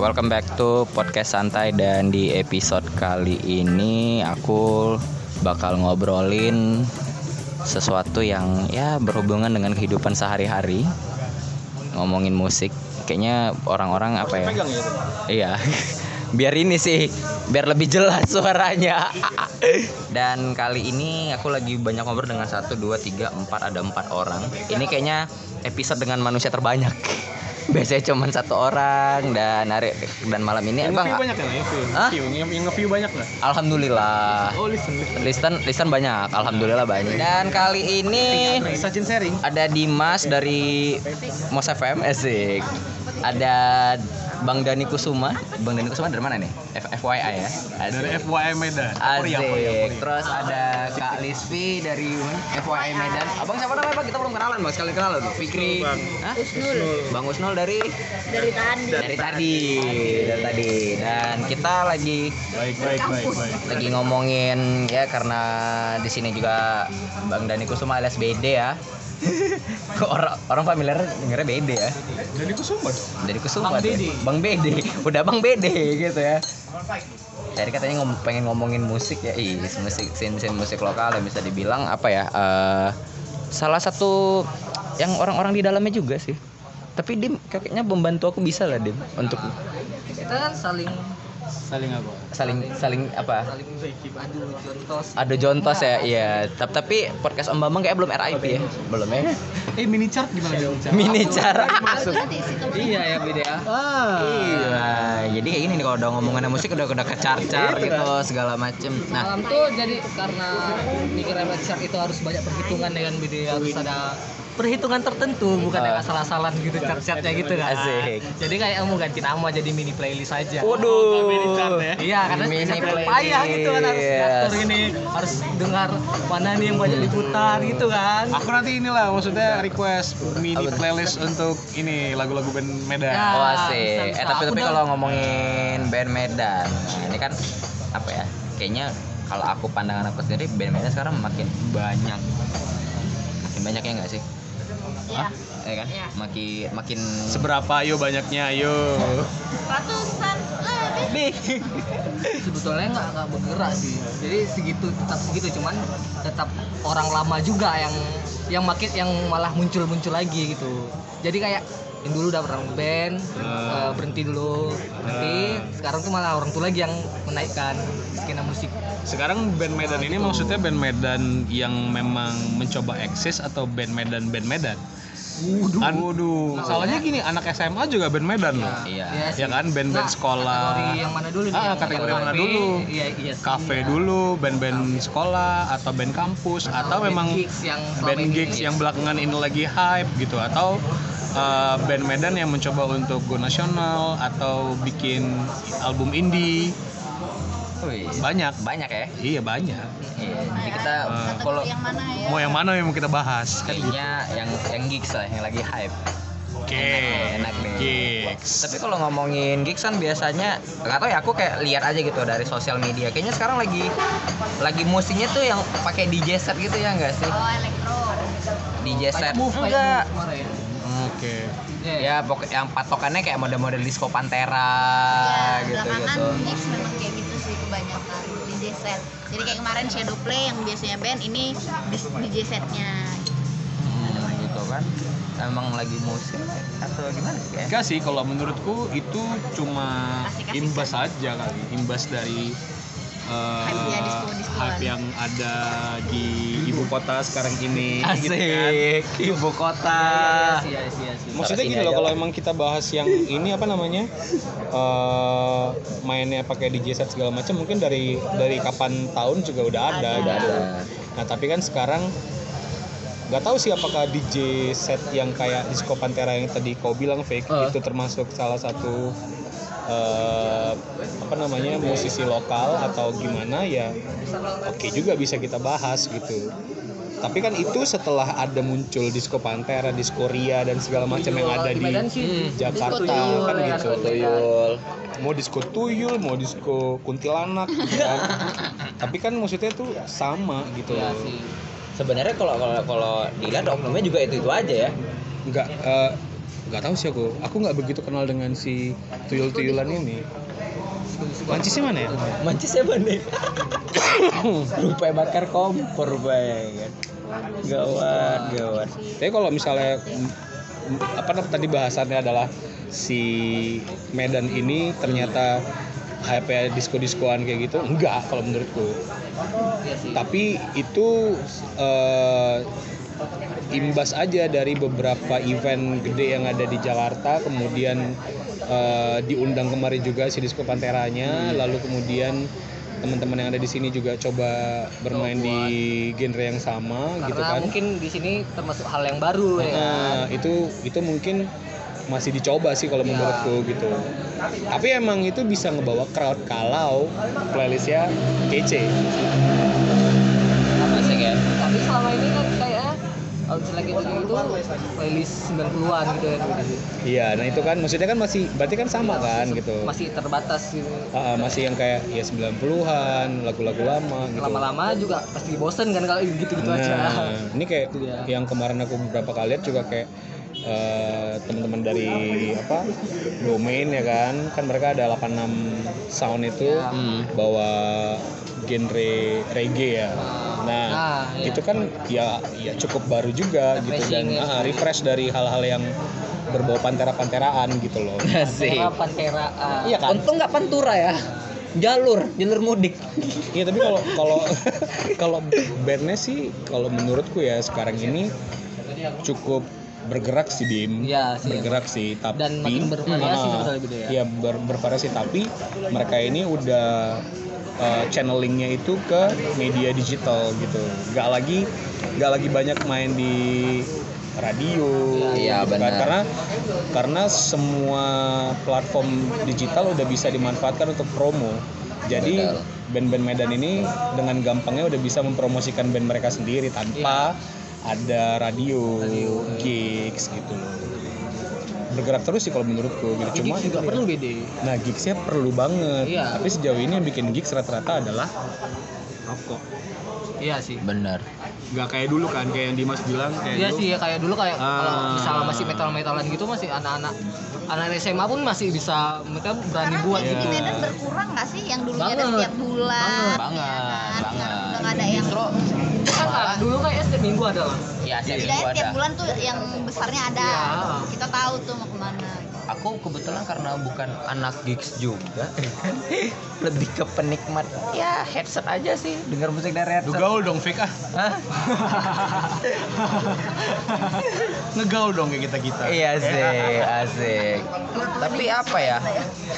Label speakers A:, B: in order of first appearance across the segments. A: Welcome back to podcast santai dan di episode kali ini aku bakal ngobrolin sesuatu yang ya berhubungan dengan kehidupan sehari-hari. Ngomongin musik, kayaknya orang-orang apa ya?
B: Pegang ya.
A: Iya. Biar ini sih, biar lebih jelas suaranya. Dan kali ini aku lagi banyak ngobrol dengan satu, dua, tiga, empat ada empat orang. Ini kayaknya episode dengan manusia terbanyak. Biasanya cuman satu orang dan hari dan malam ini
B: Yang
A: Ya, Bang.
B: nge-view banyak nggak yang nge-view?
A: Hah?
B: View, Yang, yang nge-view banyak nggak?
A: Alhamdulillah.
B: Oh listen listen.
A: Listen listen banyak, alhamdulillah banyak. Dan kali ini
B: Sajin sharing.
A: ada Dimas dari Mos FM Asik. Ada Bang Dani Kusuma. Bang Dani Kusuma dari mana nih? F FYI ya.
B: Dari
A: Asik.
B: FYI Medan. Korea, Korea,
A: Asik.
B: Korea.
A: Terus ada Kak Lisvi dari mana? FYI Medan. Abang siapa namanya Bang? Kita belum kenalan Bang. Sekali kenalan tuh. Fikri. Hah? Bang Usnul dari
C: dari tadi
A: dari tadi. Dari tadi. Dan kita lagi
B: Baik baik baik baik.
A: lagi ngomongin ya karena di sini juga Bang Dani Kusuma alias BD ya. Kok orang orang familiar dengernya BD ya.
B: Jadi aku sumber.
A: Dari Kusuma
B: Bang
A: tuh. ya?
B: Dede.
A: Bang BD. Udah Bang BD gitu ya. Tadi katanya ngom pengen ngomongin musik ya, Ih, musik scene-scene musik lokal yang bisa dibilang apa ya? eh, salah satu yang orang-orang di dalamnya juga sih. Tapi Dim kayaknya membantu aku bisa lah Dim untuk
D: kita kan saling
B: Saling apa?
A: saling saling apa?
D: saling adu contoh
A: Ada jontos ya, iya. Tapi, tapi podcast Om Bambang kayak belum RIP ya, belum ya?
B: Eh mini chart gimana mini chart?
A: Mini cara.
C: masuk nanti situ
D: iya ya beda
B: Ah.
A: Iya, jadi kayak gini nih kalau udah ngomongannya musik udah udah kecar-car gitu segala macem. Nah,
D: malam tuh jadi karena mikir hemat shark itu harus banyak perhitungan dengan beda harus ada perhitungan tertentu bukan
A: Ah.
D: yang asal-asalan gitu chart-chartnya gitu kan
A: Asik.
D: jadi kayak mau ganti nama jadi mini playlist aja
A: waduh.
D: Iya, karena
A: Mini Iya.
D: bisa
A: playlist.
D: payah gitu kan harus
A: Yes.
D: ngatur ini, harus dengar mana nih yang banyak diputar gitu kan.
B: Aku nanti inilah maksudnya request mini
A: Iya. Apa tuh?
B: playlist untuk ini lagu-lagu band
D: Ya.
B: Medan.
A: Oh asik.
D: bisa-bisa.
A: Eh tapi tapi
D: Aku
A: kalau ngomongin band Medan, nah, ini kan apa ya? Kayaknya kalau aku pandangan aku sendiri band Medan sekarang makin banyak, makin banyak ya nggak sih?
C: ya
A: Ya kan?
C: Iya.
A: Makin makin
B: Seberapa ayo banyaknya ayo.
C: ratusan lebih
A: Nih.
D: sebetulnya nggak nggak bergerak sih jadi segitu tetap segitu cuman tetap orang lama juga yang yang makin yang malah muncul muncul lagi gitu jadi kayak yang dulu udah orang band
B: Ah.
D: eh, berhenti dulu nanti sekarang tuh malah orang tuh lagi yang menaikkan skena musik
B: Sekarang band Medan ini maksudnya band Medan yang memang mencoba eksis atau band Medan band Medan?
D: Wuduh.
B: An waduh. Soalnya gini anak SMA juga band Medan loh.
A: Iya.
B: Ya kan, band-band sekolah.
D: Nah, Kategori yang mana dulu nih?
B: Ah,
D: Yang
B: kategori yang mana
D: kafe,
B: dulu?
D: Iya, iya. sih,
B: Kafe
D: iya.
B: dulu, band-band sekolah atau band kampus atau
D: band
B: memang
D: gigs yang selama
B: band
D: ini.
B: gigs yang belakangan ini lagi hype gitu atau eh, band Medan yang mencoba untuk go nasional atau bikin album indie.
A: Wih,
B: Banyak.
A: banyak ya.
B: Iya banyak.
A: Iya. Jadi kita
B: Eh,
A: kalau
C: kalau yang mana ya
B: Mau yang mana yang mau kita bahas? Kan gitu.
A: kayaknya yang yang gigs lah yang lagi hype.
B: Oke.
A: enak ya. nih.
B: Gigs.
A: Tapi kalau ngomongin gigs kan biasanya nggak tahu ya aku kayak lihat aja gitu dari sosial media. Kayaknya sekarang lagi lagi musiknya tuh yang pakai DJ set gitu ya enggak sih?
C: oh elektro
A: DJ set
D: Kayak move, kayak
A: enggak.
D: move kemarin.
B: Oke.
D: Iya, iya.
A: Ya pokok yang patokannya kayak model-model disco Pantera
C: ya
A: gitu
C: belakangan
A: gitu.
C: mix memang kayak gitu sih kebanyakan DJ set jadi kayak kemarin shadow play yang biasanya band ini dis- DJ setnya
A: Hmm, gitu kan. Emang lagi musik atau gimana sih kayak?
B: Enggak sih kalau menurutku itu cuma
C: Asik-asik
B: imbas aja kali, imbas dari eh,
C: Hype-nya, disco-discoan.
B: hype yang ada di ibu kota sekarang ini gitu kan.
A: Asik, ibu kota.
D: Iya, iya, iya, iya.
B: Maksudnya
A: Sini
B: gini loh
A: aja
B: kalau
A: lah.
B: emang kita bahas yang ini apa namanya? eh, mainnya pakai DJ set segala macam mungkin dari dari kapan tahun juga udah ada,
A: Udah
B: gitu.
A: ada.
B: Nah, tapi kan sekarang nggak tahu sih apakah DJ set yang kayak disco Pantera yang tadi kau bilang fake
D: Eh.
B: itu termasuk salah satu eh, apa namanya musisi lokal atau gimana ya oke juga bisa kita bahas gitu tapi kan itu setelah ada muncul disco Pantera, disco Ria dan segala macam yang ada di
D: Medan sih,
B: Jakarta
D: disco tuyul,
B: kan
D: ya,
B: gitu.
D: disco
A: Tuyul.
B: Mau disco tuyul, mau disco kuntilanak gitu kan. tapi kan maksudnya tuh sama gitu.
D: Iya
B: loh.
D: sih.
A: Sebenarnya kalau kalau kalau dilihat oknumnya juga itu itu aja ya.
B: Enggak eh, nggak tahu sih aku aku nggak begitu kenal dengan si tuyul-tuyulan ini Mancisnya mana ya
A: Mancisnya mana? Rupa bakar kompor bayangkan. Gawat, gawat.
B: tapi kalau misalnya m- m- apa nam- tadi bahasannya adalah si Medan ini ternyata HP disco-diskoan kayak gitu enggak kalau menurutku
D: Iya sih.
B: tapi itu eh, imbas aja dari beberapa event gede yang ada di Jakarta kemudian eh, diundang kemarin juga si Disco Panteranya lalu kemudian teman-teman yang ada di sini juga coba bermain di genre yang sama
D: karena
B: gitu kan
D: mungkin di sini termasuk hal yang baru ya kan?
B: Nah, itu itu mungkin masih dicoba sih kalau
D: Ya.
B: menurutku gitu. Tapi emang itu bisa ngebawa crowd kalau playlistnya kece.
A: Apa sih kan?
D: tapi selama ini kan kayak kalau jelek itu itu playlist 90-an gitu ya
B: Iya, nah itu kan maksudnya kan masih berarti kan sama kan gitu.
D: masih terbatas gitu
B: Ah, ah, masih yang kayak ya 90-an, lagu-lagu lama gitu.
D: lama-lama juga pasti bosen kan kalau gitu-gitu aja Iya.
B: Nah, ini kayak
D: Itu dia.
B: yang kemarin aku beberapa kali lihat juga kayak eh, teman-teman dari apa domain ya kan kan mereka ada 86 sound itu
D: Ya.
A: Hmm.
B: bawa genre reggae ya. Nah,
D: Nah, iya.
B: itu kan ya ya cukup baru juga gitu dan
D: Refreshing ya.
B: ah, refresh dari hal-hal yang berbau pantera-panteraan gitu loh.
A: Asik.
D: Pantera, panteraan
B: Iya kan?
A: Untung nggak pantura ya. Jalur, jalur mudik.
B: Iya tapi kalau kalau kalau bandnya sih kalau menurutku ya sekarang ini cukup bergerak sih Dim.
D: Iya sih.
B: bergerak sih tapi
D: Dan makin bervariasi
B: Ah,
D: sebetulnya gitu ya.
B: Iya ber- bervariasi tapi mereka ini udah eh, channelingnya itu ke media digital gitu. Gak lagi gak lagi banyak main di radio.
A: Iya,
B: gitu kan.
A: benar.
B: Karena karena semua platform digital udah bisa dimanfaatkan untuk promo. Jadi
A: Betul.
B: band-band Medan ini dengan gampangnya udah bisa mempromosikan band mereka sendiri tanpa
D: Iya.
B: ada radio, gigs gitu loh. Bergerak terus sih kalau menurutku gitu. Cuma
D: Nah, Gigs juga perlu BD
B: nah gigsnya perlu banget.
D: Iya.
B: Tapi sejauh ini yang bikin gigs rata-rata adalah rokok.
D: iya sih
A: Bener.
B: Gak kayak dulu kan kayak yang Dimas bilang kayak
D: Iya
B: dulu,
D: sih ya kayak dulu kayak kalau
B: Ah.
D: misalnya masih metal-metalan gitu masih anak-anak anak SMA pun masih bisa mereka
A: Nah,
D: berani
C: Karena
D: buat
B: Iya.
C: kayak
D: gitu.
C: di Medan berkurang nggak sih yang dulunya ada
D: Banget.
C: setiap bulan?
A: ya. Banget,
C: ya kan?
A: banget. ya,
C: Sekarang udah nggak ada yang
A: Bro,
D: Kan nggak, dulu kayak setiap minggu ada lah.
A: ya saya
C: Tidak
A: minggu
C: setiap
A: ada.
C: bulan tuh yang besarnya ada. Gitu.
D: Iya.
C: Kita tahu tuh mau kemana.
A: Aku kebetulan karena bukan anak gigs juga, lebih ke penikmat. Ya headset aja sih, dengar musik dari headset.
B: "Duh, gaul dong fake ah.
A: Hah?
B: Ngegaul dong kayak kita-kita. Ya.
A: Iya sih, asik. Tapi apa ya?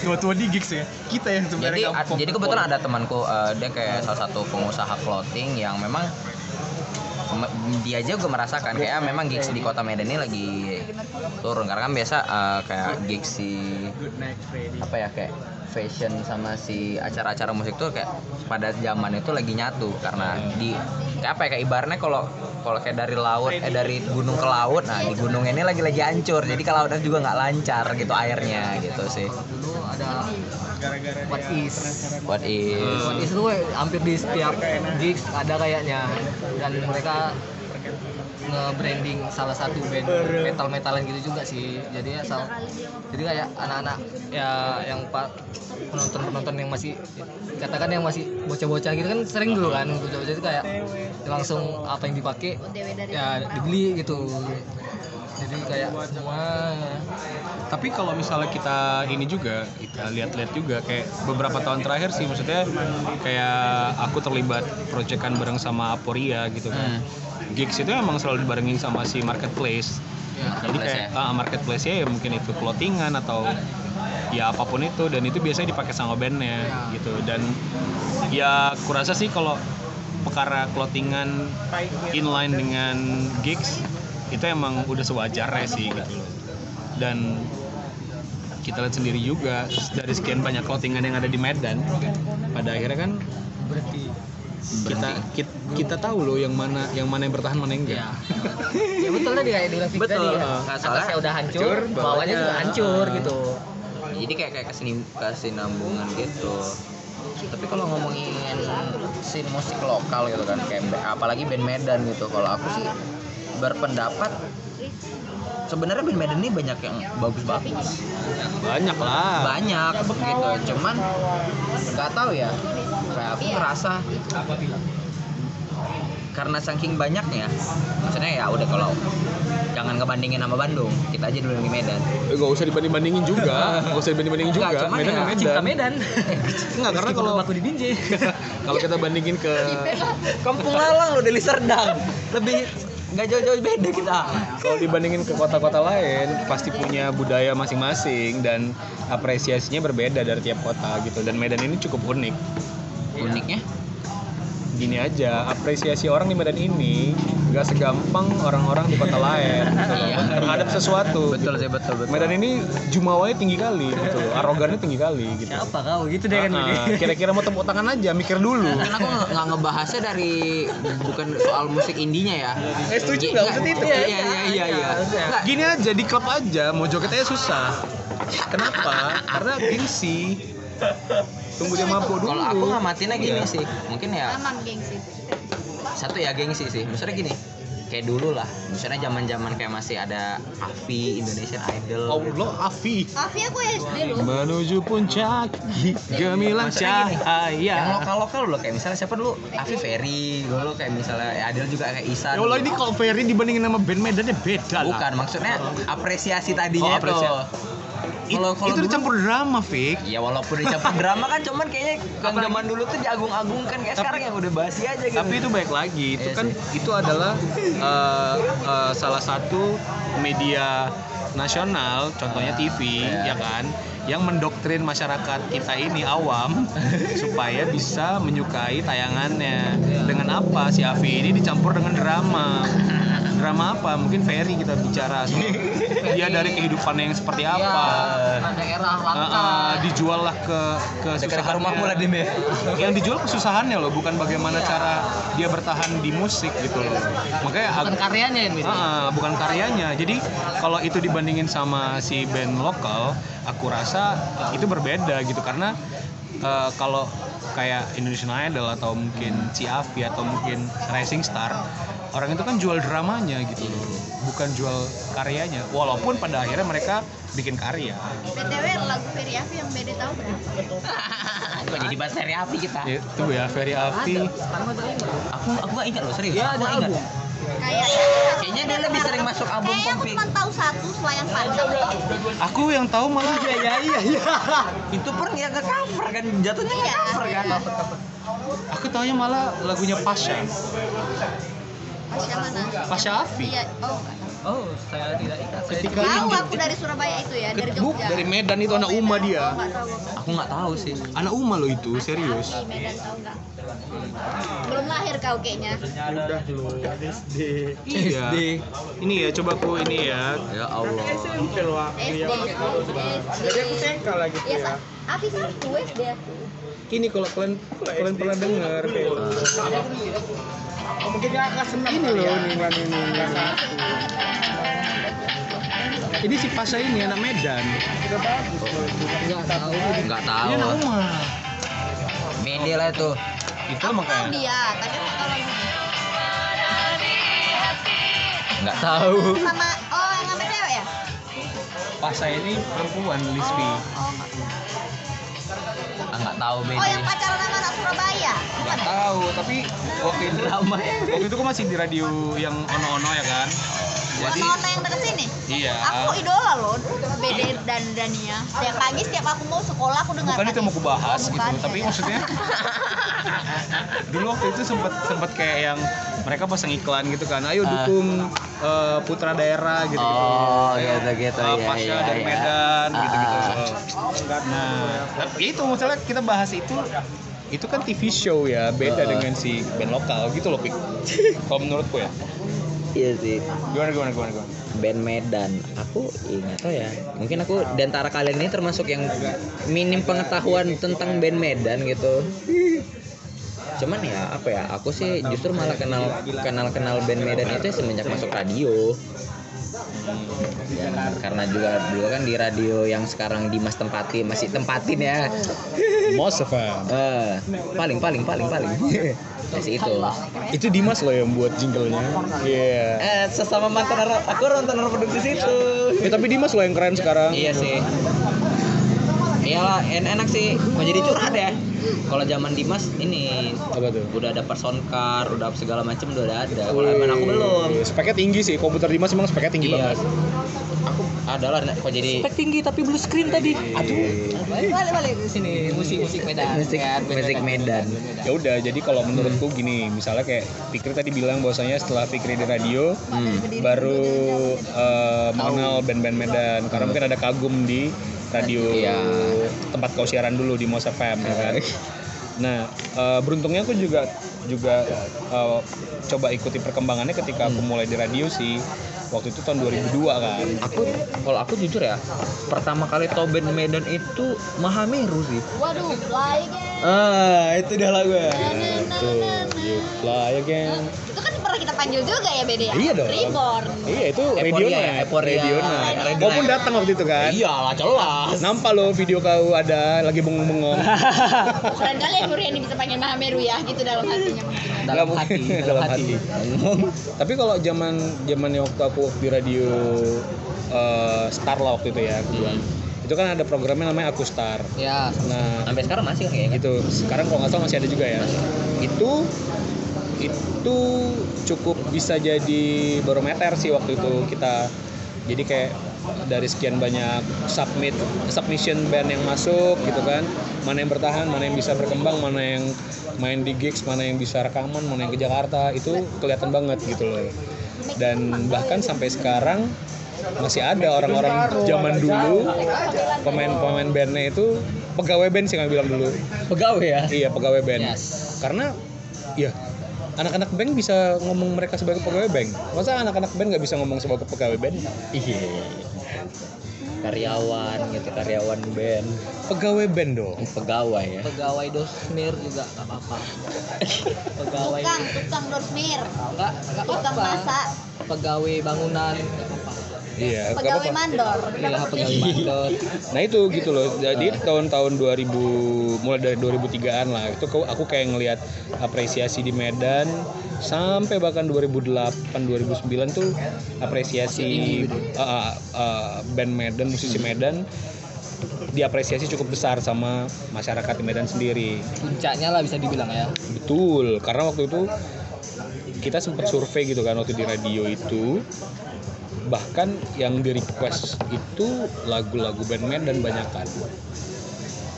B: Tua-tua di gigs ya. Kita yang
A: Jadi ad- jadi kebetulan ada temanku eh, dia kayak salah satu pengusaha clothing yang memang me- dia aja gue merasakan kayak ah, memang gigs di kota Medan ini lagi turun karena kan biasa eh, kayak gigs si apa ya kayak fashion sama si acara-acara musik tuh kayak pada zaman itu lagi nyatu karena di kayak apa ya kayak ibaratnya kalau kalau kayak dari laut eh dari gunung ke laut nah di gunung ini lagi-lagi hancur jadi kalau udah juga nggak lancar gitu airnya gitu sih
D: Kalau dulu ada What Is.
A: what is
D: What Is itu kayak hampir di setiap gigs ada kayaknya dan mereka nge-branding salah satu band metal-metalan gitu juga sih. Jadi asal jadi kayak anak-anak ya yang pak penonton-penonton yang masih katakan yang masih bocah-bocah gitu kan sering dulu kan bocah-bocah itu kayak langsung apa yang dipakai
C: Dewe dari
A: Iya.
D: ya dibeli gitu jadi kayak semua
B: tapi kalau misalnya kita ini juga kita lihat-lihat juga kayak beberapa tahun terakhir sih maksudnya kayak aku terlibat proyekan bareng sama Aporia gitu kan gigs itu emang selalu dibarengin sama si marketplace
D: ya,
B: jadi
A: Marketplace
B: kayak ah, marketplace-nya ya mungkin itu clothingan atau ya apapun itu dan itu biasanya dipakai sama bandnya gitu dan ya kurasa sih kalau perkara clothingan inline dengan gigs itu emang udah sewajarnya sih gitu loh dan kita lihat sendiri juga dari sekian banyak clothingan yang ada di Medan pada akhirnya kan
D: berarti
B: kita kita, kita tahu loh yang mana yang mana yang bertahan mana yang enggak
D: ya ya betul tadi kayak dibilang Fikri
B: Betul.
D: tadi ya atasnya udah hancur
A: hancur,
D: bawahnya
A: bawahnya
D: juga hancur
B: Ah.
D: gitu
A: jadi kayak kayak kesenim- kesinambungan gitu tapi kalau ngomongin scene musik lokal gitu kan kayak ba- apalagi band Medan gitu kalau aku sih berpendapat sebenarnya band Medan ini banyak yang bagus-bagus
B: banyak lah
A: banyak gitu cuman nggak tahu ya kayak aku ngerasa karena saking banyaknya maksudnya ya udah kalau jangan ngebandingin sama Bandung kita aja dulu di Medan
B: Eh, nggak usah dibanding bandingin juga nggak usah dibanding bandingin juga
A: Nggak, cuman
B: Medan
A: ya,
B: sama
D: cinta
B: Medan
D: Medan
B: Enggak, karena
D: Meskipun
B: kalau-
D: rumahku di Binjai
B: kalau kita bandingin ke
A: Kampung Lalang loh Deli Serdang lebih nggak jauh-jauh beda kita
B: kalau dibandingin ke kota-kota lain pasti punya budaya masing-masing dan apresiasinya berbeda dari tiap kota gitu dan Medan ini cukup unik
A: uniknya
B: gini aja apresiasi orang di Medan ini nggak segampang orang-orang di kota lain gitu loh,
A: Iya.
B: terhadap sesuatu
A: betul
B: gitu.
A: sih betul betul
B: Medan ini jumawanya tinggi kali gitu loh, arogannya tinggi kali gitu
D: siapa kau gitu deh kan
B: Ah,
D: Budi.
B: kira-kira mau tepuk tangan aja mikir dulu
A: dan aku nge- nggak ngebahasnya dari bukan soal musik indinya ya
B: eh setuju nggak maksud itu
A: iya iya iya iya Nggak,
B: gini aja di klub aja mau jogetnya susah kenapa karena gengsi tunggu dia mabuk dulu
A: Kalau aku ngamatinnya gini
B: Iya.
A: sih, mungkin ya
C: aman gengsi
A: satu ya gengsi sih. Maksudnya gini, kayak dulu lah. Misalnya zaman-zaman kayak masih ada Avi, Indonesian Idol.
B: Allah Afi
C: Afi aku SD
A: Iya,
C: loh
B: menuju puncak gemilang
A: Maksudnya gini, Iya, Yang
B: cahaya
A: lokal-lokal loh kayak misalnya siapa dulu? Avi Ferry, dulu kayak misalnya Adil juga kayak gitu. Isan.
B: ya Allah ini kalau Ferry dibandingin sama band Medannya beda lah
A: Bukan, maksudnya apresiasi tadinya
B: Oh, apresiasi.
A: itu.
B: It-
A: Kalau kalau
B: itu
A: dulu-
B: dicampur drama Fik
A: Ya walaupun dicampur drama kan cuman kayaknya yang
B: Apalagi-
A: zaman dulu tuh diagung-agungkan kayak
B: Tapi-
A: sekarang yang udah basi aja gitu.
B: tapi itu baik lagi itu
A: Iya
B: kan itu adalah eh, eh, salah satu media nasional contohnya TV
A: Iya.
B: ya kan yang mendoktrin masyarakat kita ini awam supaya bisa menyukai tayangannya
A: Iya.
B: dengan apa si Avi ini dicampur dengan drama drama apa mungkin Ferry kita bicara soal dia dari kehidupannya yang seperti
D: Iya,
B: apa
D: daerah
B: Eh,
D: langka
B: eh, dijual lah ke ke
A: dekat rumahmu lah Dim ya.
B: yang dijual kesusahannya loh bukan bagaimana
D: Iya.
B: cara dia bertahan di musik gitu loh makanya
D: bukan
B: ag-
D: karyanya ini
B: Ah, bukan karyanya jadi kalau itu dibandingin sama si band lokal aku rasa itu berbeda gitu karena eh, kalau kayak Indonesian Idol atau mungkin Ciavi atau mungkin Rising Star orang itu kan jual dramanya gitu loh bukan jual karyanya walaupun pada akhirnya mereka bikin karya
C: BTW lagu Ferry Afi yang beda tahu berapa?
A: Ah, Kok jadi bahas seri api kita?
B: itu ya Ferry Afi
D: sekarang ada ingat loh.
A: Aku aku gak ingat loh serius.
D: Iya,
A: aku
D: ada
A: nggak
D: album.
C: Kayak ya.
A: Kayaknya dia lebih sering masuk album
C: Kayaknya aku
A: Pompik.
C: cuma tahu satu Selayang Pandang.
B: aku yang tahu malah
D: Iya iya iya iya.
A: Itu pun nggak ke cover kan jatuhnya nggak
C: Iya.
A: cover kan.
B: Aku taunya malah lagunya Pasha.
C: Pasha mana?
B: Pasha Afi.
C: Oh, Iya. Oh, nggak tahu.
D: Oh, saya tidak ingat. Saya
B: Ketika
C: Tahu aku dari Surabaya itu ya, dari
B: Buk,
C: Jogja.
B: dari Medan itu anak Uma dia.
C: Oh, nggak tahu aku.
A: Aku nggak tahu sih.
B: Anak Uma loh itu, serius.
C: Di Medan tahu nggak? Belum lahir kau kayaknya.
B: Udah loh, SD. Iya. Ini ya, coba aku ini ya.
A: Ya Allah.
C: SD. Jadi aku sengkal lagi gitu ya. Afi satu SD
A: Eh.
C: aku.
B: Ini kalau kalian kalian pernah dengar kayak gitu. ini loh ninggulan ini. Ini si Pasha ini anak Medan.
D: enggak tahu.
B: Iya,
A: Nggak tahu.
B: Ini anak Uma.
A: Mede lah itu.
B: Itu
C: Aku tahu
B: makanya.
C: dia, tapi nggak tahu lagunya.
A: Nggak tahu.
C: Sama oh yang apa cewek ya?
B: Pasha ini perempuan Lisby.
C: Oh, oh, nggak tahu.
A: Ah, Nggak tahu
C: Oh,
A: Mede.
C: yang pacaran sama anak Surabaya. Bukan
B: Nggak
C: ya?
B: tahu, tapi waktu itu
A: Lama ya.
B: waktu itu kok masih di radio yang ono-ono ya kan? Jadi
C: Sama orang yang dekat sini.
B: iya.
C: Aku idola loh, BD dan Dania. Setiap pagi, setiap aku mau sekolah, aku dengar.
B: bukan itu yang mau aku bahas gitu, tapi maksudnya dulu waktu itu sempat sempat kayak yang mereka pasang iklan gitu kan,
A: Ah.
B: ayo dukung eh, putra daerah gitu.
A: Oh,
B: Ayo,
A: gitu-gitu,
B: eh,
A: iya,
B: Pasha
A: iya,
B: dari
A: iya.
B: Medan
A: Ah.
B: gitu-gitu. Nah, tapi itu masalah kita bahas itu itu kan TV show ya,
A: Ah.
B: beda dengan si band lokal gitu loh, Pik. Kalau menurutku ya.
A: Iya sih.
B: Gimana gimana gimana gimana?
A: Band Medan. Aku ingat tahu ya. Mungkin aku di antara kalian ini termasuk yang minim pengetahuan tentang band Medan gitu. Cuman ya apa ya? Aku sih justru malah kenal kenal kenal band Medan itu semenjak masuk radio. Dan karena juga dulu kan di radio yang sekarang Dimas Tempati masih tempatin ya.
B: Most of them.
A: Eh, paling paling paling paling Terus itu.
B: Itu Dimas loh yang buat jinglenya. Iya.
A: Eh, sesama mantan nar- aku mantan narapoduk di situ.
B: Eh, tapi Dimas loh yang keren sekarang.
A: Iya sih. Iyalah, en enak sih. Mau jadi curhat ya. Kalau zaman Dimas ini
B: Apa tuh?
A: udah ada person car, udah segala macam udah ada. ada. Kalau zaman aku belum.
B: Wih, Speknya tinggi sih, komputer Dimas emang speknya tinggi
A: Iya.
B: banget.
A: Aku adalah nek, kok jadi
D: Spek tinggi tapi blue screen tadi.
B: Aduh.
D: Balik balik balik ke sini musik musik Medan.
A: Musik-
D: Kan,
A: musik Medan.
B: Ya udah, jadi kalau menurutku gini, misalnya kayak Fikri tadi bilang bahwasanya setelah Fikri di radio
A: hmm.
B: baru eh, mengenal band-band Medan karena mungkin ada kagum di radio
A: Iya.
B: tempat kau siaran dulu di Mos FM ya kan. Nah, eh, beruntungnya aku juga juga eh, coba ikuti perkembangannya ketika
A: Hmm.
B: aku mulai di radio sih. Waktu itu tahun 2002 kan.
A: Aku kalau aku jujur ya, pertama kali tau band Medan itu Mahameru sih.
C: Waduh, fly again.
A: Ah, itu dah lagu.
B: Tuh, you fly again.
C: Itu kan pernah kita panggil juga ya BD ya?
B: Iya dong.
C: Reborn.
B: Iya itu
A: Eporia,
B: radio
A: Eporia.
B: radio
A: Red
B: Kau pun
A: Line.
B: datang waktu itu kan.
A: Iyalah, jelas.
B: Nampak lo video kau ada lagi bengong-bengong.
C: Keren kali ya Muriani bisa panggil Mahameru ya, gitu dalam hatinya.
D: Dalam hati, dalam hati.
B: Tapi kalau zaman zamannya waktu aku di radio eh, Star lah waktu itu ya, aku bilang. itu kan ada programnya namanya Aku Star.
D: Ya,
B: Nah
A: Sampai sekarang masih kan kayaknya.
B: gitu. Sekarang kalau nggak salah masih ada juga ya. Itu itu cukup bisa jadi barometer sih waktu itu kita. Jadi kayak dari sekian banyak submit submission band yang masuk gitu kan mana yang bertahan mana yang bisa berkembang mana yang main di gigs mana yang bisa rekaman mana yang ke Jakarta itu kelihatan banget gitu loh dan bahkan sampai sekarang masih ada orang-orang zaman dulu pemain-pemain bandnya itu pegawai band sih nggak bilang dulu
A: Pegawai ya.
B: iya pegawai band
D: Yes.
B: karena ya anak-anak band bisa ngomong mereka sebagai pegawai bank masa anak-anak band nggak bisa ngomong sebagai pegawai band
A: Iya. Karyawan gitu, karyawan band,
B: pegawai band dong
A: pegawai ya.
D: pegawai dosmir juga nggak apa-apa. Pegawai
C: Tukang, tukang dosmir,
D: enggak enggak
C: tukang
D: apa-apa.
C: masak,
D: Pegawai bangunan nggak apa-apa.
B: iya nggak
C: pegawai
B: apa-apa.
C: mandor.
D: Iya, pegawai mandor.
B: nah itu gitu loh jadi tahun-tahun 2000 mulai dari 2003an lah itu aku, aku kayak ngelihat apresiasi di Medan sampai bahkan 2008 2009 tuh apresiasi eh, eh, eh, band Medan musisi Medan diapresiasi cukup besar sama masyarakat di Medan sendiri
D: Puncaknya lah bisa dibilang ya.
B: Betul, karena waktu itu kita sempat survei gitu kan waktu di radio itu bahkan yang di request itu lagu-lagu band Medan banyakan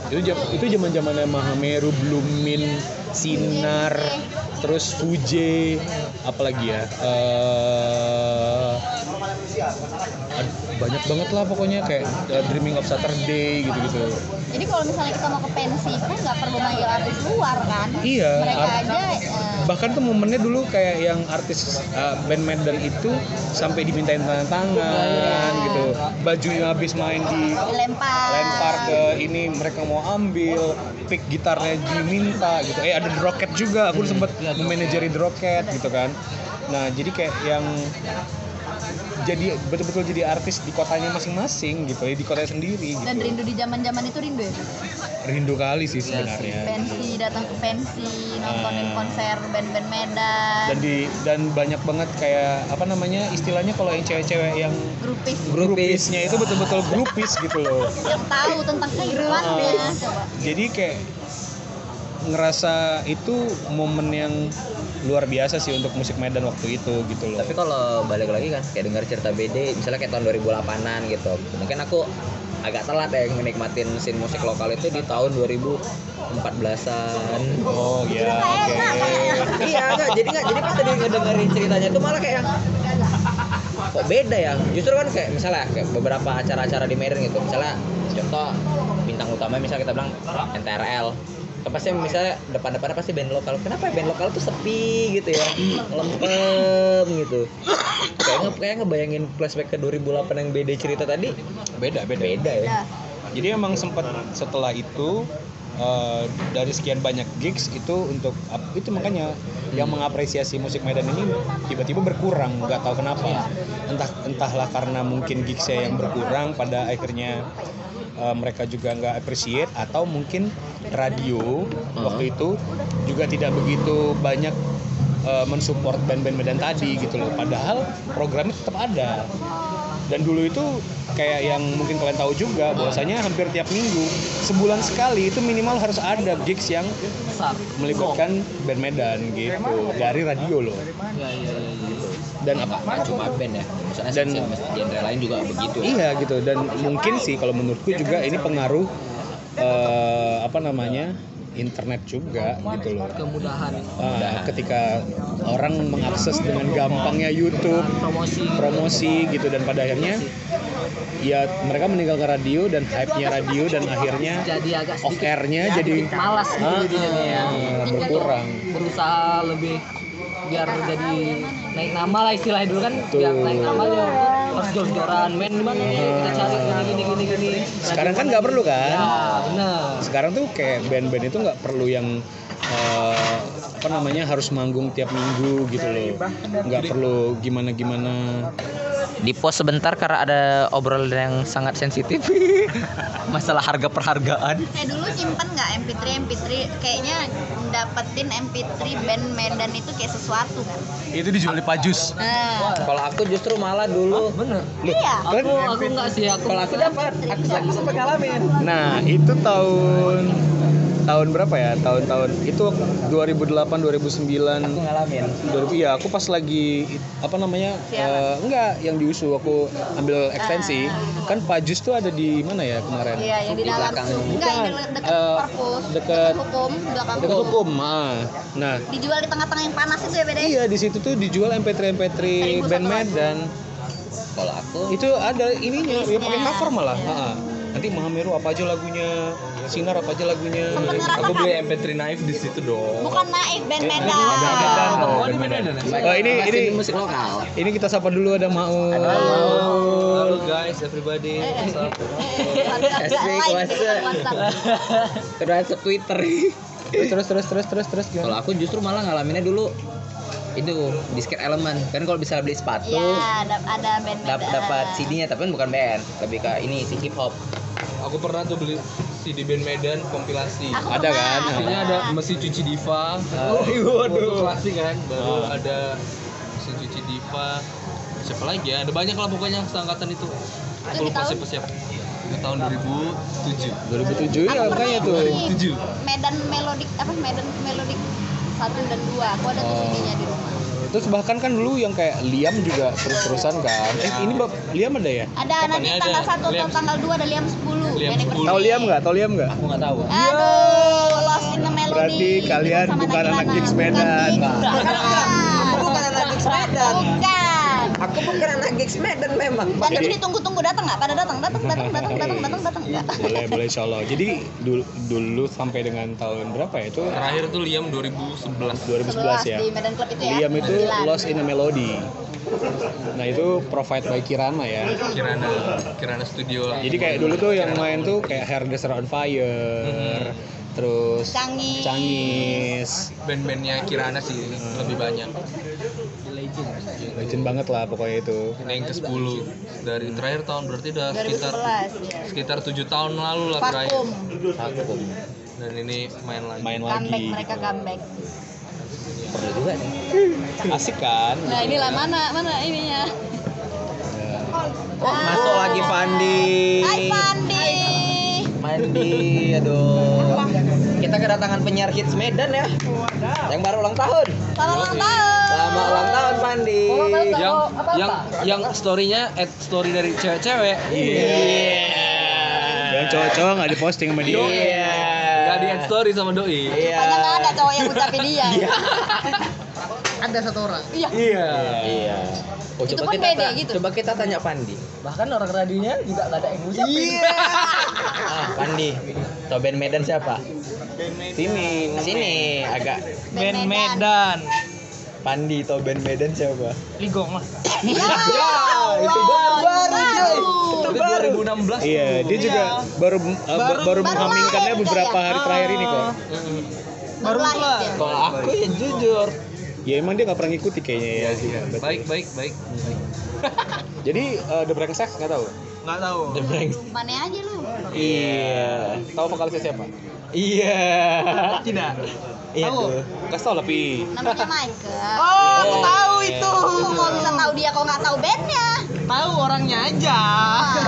B: itu jam itu zaman zamannya Mahameru, Blumin, Sinar, terus Fuje, apalagi ya eh, ad- banyak banget lah pokoknya kayak eh, Dreaming of Saturday gitu-gitu.
C: Jadi kalau misalnya kita mau ke pensi kan nggak perlu manggil artis luar kan?
B: Iya,
C: Mereka
B: art-
C: aja eh,
B: bahkan tuh momennya dulu kayak yang artis uh, band Medan itu sampai dimintain tanda tangan gitu bajunya habis main di
C: dilempar.
B: lempar ke ini mereka mau ambil pick gitarnya diminta gitu eh ada The Rocket juga aku sempet memanajeri The Rocket gitu kan nah jadi kayak yang jadi betul-betul jadi artis di kotanya masing-masing gitu ya di kotanya sendiri
C: Dan
B: gitu
C: rindu di zaman-zaman itu rindu ya.
B: rindu kali sih sebenarnya
C: Pensi datang ke pensi nontonin
B: Ah.
C: konser band-band Medan.
B: dan di dan banyak banget kayak apa namanya istilahnya kalau yang cewek-cewek yang
C: Grupis
B: grupisnya itu betul-betul grupis gitu loh Eh,
C: yang tahu tentang kehidupannya. Coba.
B: jadi kayak ngerasa itu momen yang luar biasa sih untuk musik Medan waktu itu gitu loh
A: Tapi kalau balik lagi kan kayak dengar cerita BD misalnya kayak tahun 2008-an gitu. Mungkin aku agak telat ya menikmatin scene musik lokal itu di tahun 2014-an.
B: oh ya oke
A: iya, enggak. Jadi enggak jadi pas tadi ngedengerin ceritanya tuh malah kayak yang kok beda ya. Justru kan kayak misalnya kayak beberapa acara-acara di Medan gitu. Misalnya contoh bintang utama misalnya kita bilang NTRL kan pasti misalnya depan-depannya pasti band lokal kenapa ya band lokal tuh sepi gitu ya lempem gitu kayak nge kayak ngebayangin flashback ke 2008 yang beda cerita tadi
B: beda beda
A: beda ya
C: Udah.
B: jadi emang sempat setelah itu eh, dari sekian banyak gigs itu untuk ap- itu makanya yang mengapresiasi musik Medan ini tiba-tiba berkurang nggak tahu kenapa entah entahlah karena mungkin gigsnya yang berkurang pada akhirnya eh, mereka juga nggak appreciate atau mungkin radio waktu itu juga tidak begitu banyak eh, mensupport band-band Medan tadi gitu loh. Padahal programnya tetap ada. Dan dulu itu kayak yang mungkin kalian tahu juga bahwasanya hampir tiap minggu sebulan sekali itu minimal harus ada gigs yang
D: besar
B: melibatkan band Medan gitu dari radio loh.
D: ya ya ya, ya.
B: Dan apa?
E: Nggak cuma band ya maksudnya
B: Dan-
E: sih, genre lain juga begitu ya.
B: Iya gitu dan mungkin sih kalau menurutku juga ini pengaruh eh, apa namanya internet juga gitu loh.
D: kemudahan
B: Eh, ketika orang mengakses dengan gampangnya YouTube,
D: promosi
B: promosi gitu dan pada akhirnya ya mereka meninggalkan radio dan hype-nya radio dan akhirnya
D: jadi agak
B: off
D: sedikit
B: airnya
D: ya,
B: jadi
D: sedikit malas gitu
B: Ah,
D: jadinya nih ya.
B: ah, berkurang.
D: berusaha lebih biar jadi naik nama lah istilahnya dulu kan
B: Betul.
D: biar naik nama dia harus jor-joran men di mana nih kita cari gini gini gini gini
B: Sekarang kan nggak perlu kan?
D: ya benar
B: sekarang tuh kayak band-band itu nggak perlu yang eh, apa namanya harus manggung tiap minggu gitu loh nggak perlu gimana gimana
A: Di pos sebentar karena ada obrolan yang sangat sensitif. Masalah harga perhargaan.
C: Kayak dulu simpen nggak MP3 MP3 kayaknya dapetin MP3 band Medan itu kayak sesuatu kan.
B: itu dijual di pajus
C: Nah,
E: kalau aku justru malah dulu
D: bener
C: iya.
B: Kan?
D: aku aku nggak sih aku
E: kalau aku dapat aku aku sempat ngalamin
B: nah itu tahun tahun berapa ya tahun-tahun itu 2008
E: aku
B: 2009
E: ngalamin
B: 2000 iya aku pas lagi apa namanya
C: Siaran. Ah,
B: eh, enggak yang diusu aku ambil ekstensi kan pajus tuh ada di mana ya kemarin
C: Iya, yang di
E: Di
C: dalam
E: belakang.
C: enggak yang
B: Bukan.
C: dekat dekat
B: Eh,
C: perpus,
B: dekat-
C: dekat hukum, belakang
B: dekat hukum ah. nah
C: Dijual di tengah-tengah yang panas itu ya beda.
B: Iya di situ tuh dijual MP3 MP3 band
C: Seribu satu lagu.
B: Medan.
E: kalau aku
B: Itu ada ininya, ya pakai
C: Iya.
B: cover malah.
C: Iya.
B: Ha-ha. Nanti Mahameru apa aja lagunya, Sinar apa aja lagunya.
C: Sempet ngerasakan.
F: Aku beli MP3 knife di situ dong.
C: Bukan naik band
B: Eh,
C: Medan.
B: Medan.
F: Oh, di Medan ya?
B: Oh, ini
E: masih
B: ini
E: musik lokal
B: ini kita sapa dulu ada Maul.
F: Halo guys, everybody. What's up?
C: WhatsApp nggak
E: Asik,
C: live,
E: WhatsApp.
C: bukan WhatsApp.
E: terhadap Twitter
B: Terus terus terus terus terus terus gimana?
E: kalau aku justru malah ngalaminnya dulu itu disket elemen kan kalau bisa beli sepatu
C: Iya, dap- ada band Medan.
E: dap- dapat CD-nya tapi kan bukan band lebih ke ini si hip hop
F: Aku pernah tuh beli CD band Medan kompilasi.
C: Aku
B: Ada
C: pernah,
B: kan?
C: aku
F: Isinya ada mesin cuci diva.
A: Oh, iya.
F: Waduh, klasik kan. Baru
B: Ah.
F: ada mesin cuci diva. Siapa lagi ya? Ada banyak lah pokoknya seangkatan itu.
C: Itu di
F: Aku lupa
C: tahun?
F: siapa siapa. Di tahun 2007.
B: 2007 ya makanya tuh.
C: Ini
F: 2007.
C: Medan Melodic apa Medan Melodic satu dan dua. Aku ada tuh
B: Oh.
C: CD-nya di rumah.
B: Terus bahkan kan dulu yang kayak Liam juga terus-terusan kan. Eh ini Bab, Liam ada ya?
C: Ada
F: Kapan
C: nanti
F: ada?
C: tanggal 1 atau
F: Liam-
C: tanggal 2 ada Liam 10. Band
F: Liam
C: yang
F: 10.
B: Tahu
C: pertama.
B: Liam nggak? Tahu Liam nggak?
E: aku nggak tahu
C: Aduh, Lost in the Melody.
B: Berarti kalian
C: Sama
B: bukan anak
C: Nagibana.
B: gigs Medan.
C: Bukan.
G: Aku bukan anak gigs Medan.
C: Bukan.
G: Aku bukan anak gigs Medan memang.
C: Dan itu ditunggu-tunggu datang nggak? Pada datang, datang, datang, datang, datang, datang, datang nggak?
B: Boleh, boleh insya Allah. Jadi dulu, dulu sampai dengan tahun berapa ya itu?
F: Terakhir tuh Liam 2011.
B: 2011 ya.
C: di Medan Club itu ya.
B: Liam itu
C: Sembilan.
B: Lost in a Melody. Nah itu provide by Kirana ya.
F: Kirana Kirana Studio lah.
B: Jadi kayak dulu tuh yang main tuh kayak Hairdresser on
F: Mm-hmm.
B: Fire, terus
C: Cangis.
B: Cangis,
F: band-bandnya Kirana sih lebih banyak.
B: legend banget lah pokoknya itu.
F: Ini yang ke-10 dari terakhir tahun berarti udah sekitar
C: 2011 ya.
F: sekitar 7 tahun lalu lah terakhir.
C: Vakum.
F: Dan ini main lagi.
B: Main
C: Comeback
B: lagi.
C: mereka comeback.
E: perlu juga nih
B: Asik kan?
C: Nah, inilah mana mana ininya. Nah.
E: oh, masuk lagi Fandi
C: Ah. Hai Pandi.
E: Fandi aduh kita kedatangan penyiar hits Medan ya yang baru ulang tahun
C: Selamat ulang tahun.
E: selamat ulang tahun Fandi
F: yang yang yang story-nya at story dari cewek-cewek.
B: Yang cowok-cowok nggak diposting sama dia.
E: iya
F: Enggak di add story sama doi.
E: iya
C: Banyak nggak ada cowok yang ngucapin dia.
D: ada satu orang
C: Iya.
F: Iya.
E: iya Oh,
C: Itu
E: coba
C: pun
E: kita
C: pede
E: ta-
C: gitu.
E: coba kita tanya Fandi
D: bahkan orang radionya juga nggak ada yang ngucapin
E: Ah, Pandi. Tau band Medan siapa? Sini, sini agak
C: Band Medan.
E: Pandi tau band Medan siapa?
D: ligong lah
C: Ya,
E: itu
C: baru
E: baru, coy.
F: Itu
E: Baru.
F: 2016.
B: Iya, dia juga baru uh, baru,
C: baru
B: menghaminkannya
C: lahir
B: beberapa
C: dia ya?
B: hari terakhir ini kok.
C: Baru lahir dia.
E: Kalau aku ya jujur,
B: ya emang dia nggak pernah ngikuti kayaknya ya, Betul.
F: Baik, baik, baik.
B: jadi eh, The Brengsek nggak tahu
F: Nggak tahu.
C: Mana aja lu?
B: iya tahu vokalisnya siapa
A: Iya.
D: Tidak.
A: Iya
D: Tahu.
A: tuh.
B: kasih tahu lebih
C: Namanya Michael.
G: Oh, aku tahu itu.
C: Lu Kok bisa tahu dia kok nggak tahu bandnya? Ah,
D: Tahu orangnya aja.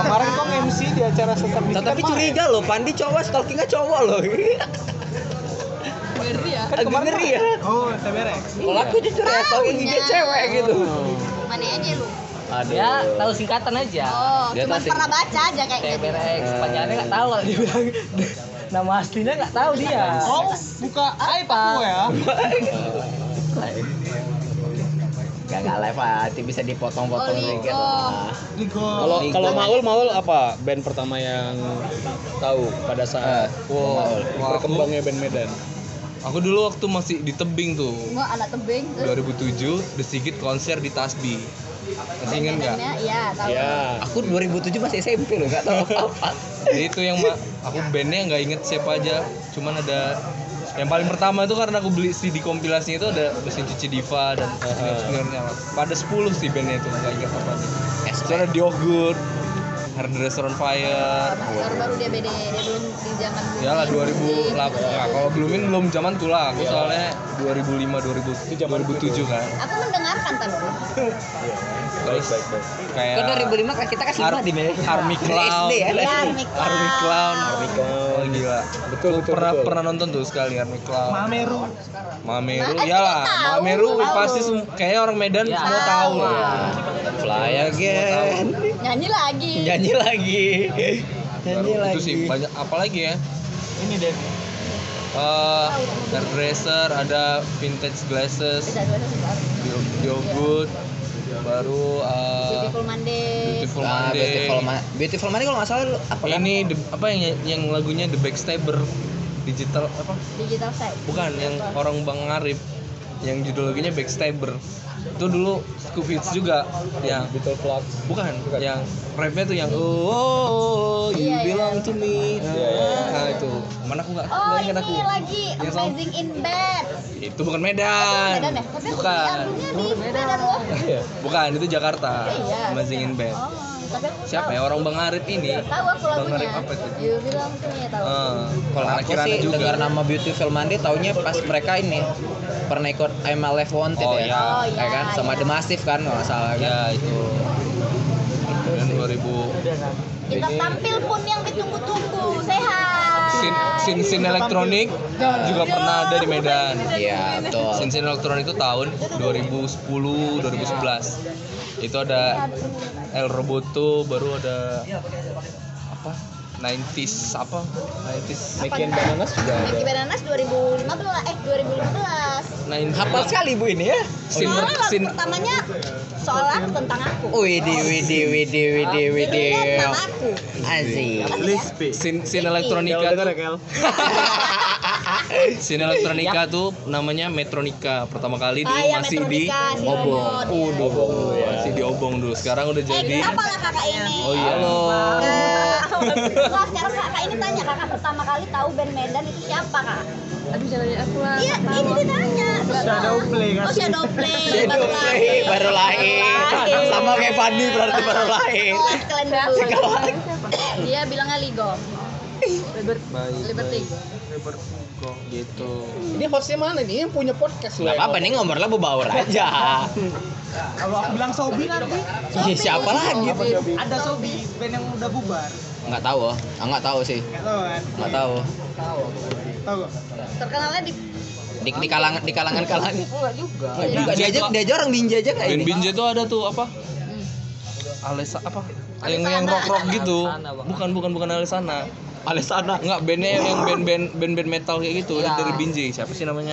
B: kemarin kok MC di acara sesat Bisik
E: Tapi
B: kan
E: curiga loh, Pandi cowok, stalkingnya cowok loh.
D: Berarti ya.
E: Agak ngeri ya.
D: Oh, teberek.
E: Kalau aku jujur ya, stalking dia cewek gitu.
C: Mana aja lu?
E: Aduh.
D: Ya, tahu singkatan aja.
C: Oh,
E: Dia
C: cuma
E: nanti-
C: pernah baca aja gitu. kayaknya.
D: TBRX, panjangannya nggak tahu lah dia bilang. Nama aslinya nggak tahu dia. Oh, buka apa? ya.
E: Gak nggak live ah, nanti bisa dipotong-potong
C: Oli,
E: dikit.
C: oh.
E: lah.
B: kalau kalau Maul Maul apa band pertama yang tahu pada saat
F: Wow.
B: berkembangnya band Medan
F: Aku dulu waktu masih di tebing tuh.
C: Gua anak tebing terus
F: 2007 The Sigit konser di Tasbi. Masih ingat nggak? Iya.
C: bandnya ya tahu.
B: ya
E: Aku 2007 masih SMP loh, nggak tahu apa-apa.
F: Jadi itu yang ma- aku bandnya nggak inget siapa aja. Cuman ada yang paling pertama itu karena aku beli CD kompilasinya itu ada mesin cuci diva dan senior-seniornya pada 10 sih bandnya itu nggak inget apa sih Terus ada Diogur Hairdresser on Fire
C: Baru baru dia BD, dia belum di zaman dulu.
F: Ya lah 2008 Nah, kalau belumin belum zaman tuh lah aku soalnya 2005 2000, 2007 kan
C: Aku mendengarkan tapi.
F: baik baik baik kayak
E: Kan 2005 kan kita kasih
F: Ar-
E: di Medan.
F: Army Clown
E: SD ya.
C: Ya,
F: Iya, Army Clown
B: Clown.
F: oh gila
B: betul betul
F: pernah
B: betul.
F: pernah nonton tuh sekali Army Clown
D: Mameru.
F: Mameru
C: Ma- eh,
F: ya lah
C: tahu,
F: Mameru
C: tahu.
F: pasti sem- kayaknya orang Medan
D: Ya.
F: semua tahu
C: Tahu.
F: lah
E: Fly again.
C: Nyanyi lagi.
F: Iya.
E: Nyanyi lagi. Nyanyi
F: Baru
E: lagi.
F: itu sih banyak apalagi ya
D: Ini deh.
F: Eh, hairdresser ada vintage glasses
C: Bisa dua sebentar.
F: Yo- yogurt baru eh,
C: Beautiful Monday.
F: beautiful
E: Ah,
F: Monday
E: beautiful Monday. Beautiful Monday kalau nggak salah lu- apa kan?
F: ini the- apa yang yang lagunya the backstabber digital apa
C: Digital side.
F: bukan yang orang Bang Arif yang judul lagunya Backstabber itu dulu Scoop Hits juga yang
B: Betul Flux
F: bukan yang rapnya tuh yang oh, oh, oh, you
C: Iya, iya.
F: belong to me
B: Iya, iya,
F: nah itu mana aku nggak
C: Oh,
F: nggak
C: ini
F: ingat aku
C: lagi
F: Yang sama-
C: Amazing in Bed.
F: itu bukan Medan
C: Medan ya? Tapi aku beli
F: bukan
C: albumnya di Medan loh.
F: bukan itu Jakarta
C: Iya.
F: Amazing in Bed
C: Oh, tapi aku
F: siapa
C: tahu. Iya,
F: ya orang Bang Arif ini
C: Tahu aku
F: Bang
C: lagunya.
F: Arif apa itu
C: You belong to me tahu.
F: Eh, kalau anak
E: Aku
F: Kirana
E: sih
F: juga
E: dengar nama Beautiful Monday taunya pas mereka ini pernah ikut I'm a Left Wanted
F: Oh,
E: ya.
F: iya.
C: Oh,
E: Ya
C: iya,
E: kan sama
C: iya.
E: The Massive kan kalau nggak salah kan.
F: ya itu dan 2000
C: Kita tampil pun yang ditunggu-tunggu. Sehat.
F: sin sin sin elektronik juga pernah ada di Medan.
E: Iya, betul.
F: Sin sin elektronik itu tahun 2010 2011. Itu ada El Roboto baru ada apa? 90s apa? 90s
B: Nicky and Bananas juga ada
C: Nicky Bananas 2015 eh 2015.
F: 90s.
E: Hafal sekali Bu ini ya.
F: Sin
C: Soalnya lagu
F: sin
C: pertamanya soal aku tentang aku.
E: Widi widi widi widi widi.
C: Judulnya tentang aku.
B: Iya.
E: Asik.
F: sin sin
C: Iya,
F: elektronika
B: ya,
F: tuh sin elektronika tuh namanya Metronika pertama kali di
C: Ah, ya,
F: masih di
C: Metronika, si
F: Obong.
C: Remote, ya.
F: Udah, masih di Obong dulu. Sekarang udah
C: Eh,
F: jadi
C: kenapa lah kakak ini?
F: Oh iya.
C: Wah, sekarang kakak ini tanya kakak pertama kali tahu band Medan itu siapa kak?
H: Aduh jangan nanya aku lah.
C: Iya, ini ditanya. Shadowplay kan? Oh Shadowplay.
E: Shadowplay, baru lahir. Sama kayak Fandi berarti baru lahir.
C: Kelas Oh, kalian dulu.
E: Kawan.
C: Dia bilangnya Ligo. Liberty.
F: gitu.
B: ini hostnya mana nih yang punya podcast loh
E: Gak apa-apa nih ngomornya berbaur aja.
D: Kalau aku bilang Sobi nanti
E: Ih, siapa lagi?
D: ada Sobi band yang udah bubar.
E: Nggak tahu, ah nggak tahu sih,
D: Enggak tahu kan?
E: nggak tahu.
D: Tahu nggak?
C: Terkenalnya di
E: Di, di kalangan di kalangan kalangan.
D: Enggak juga.
E: Oh, juga dia aja dia aja orang binja aja
A: Eh,
E: kayak
F: Ben
E: ini.
F: Binje tuh ada tuh apa? Alesa apa? Yang yang
C: Alesana.
F: rock rock gitu.
D: Alesana, Bang.
F: Bukan bukan bukan Alesana. Alesana. Enggak bandnya yang yang band band band band metal kayak gitu
D: Iya.
F: dari Binje. Siapa sih namanya?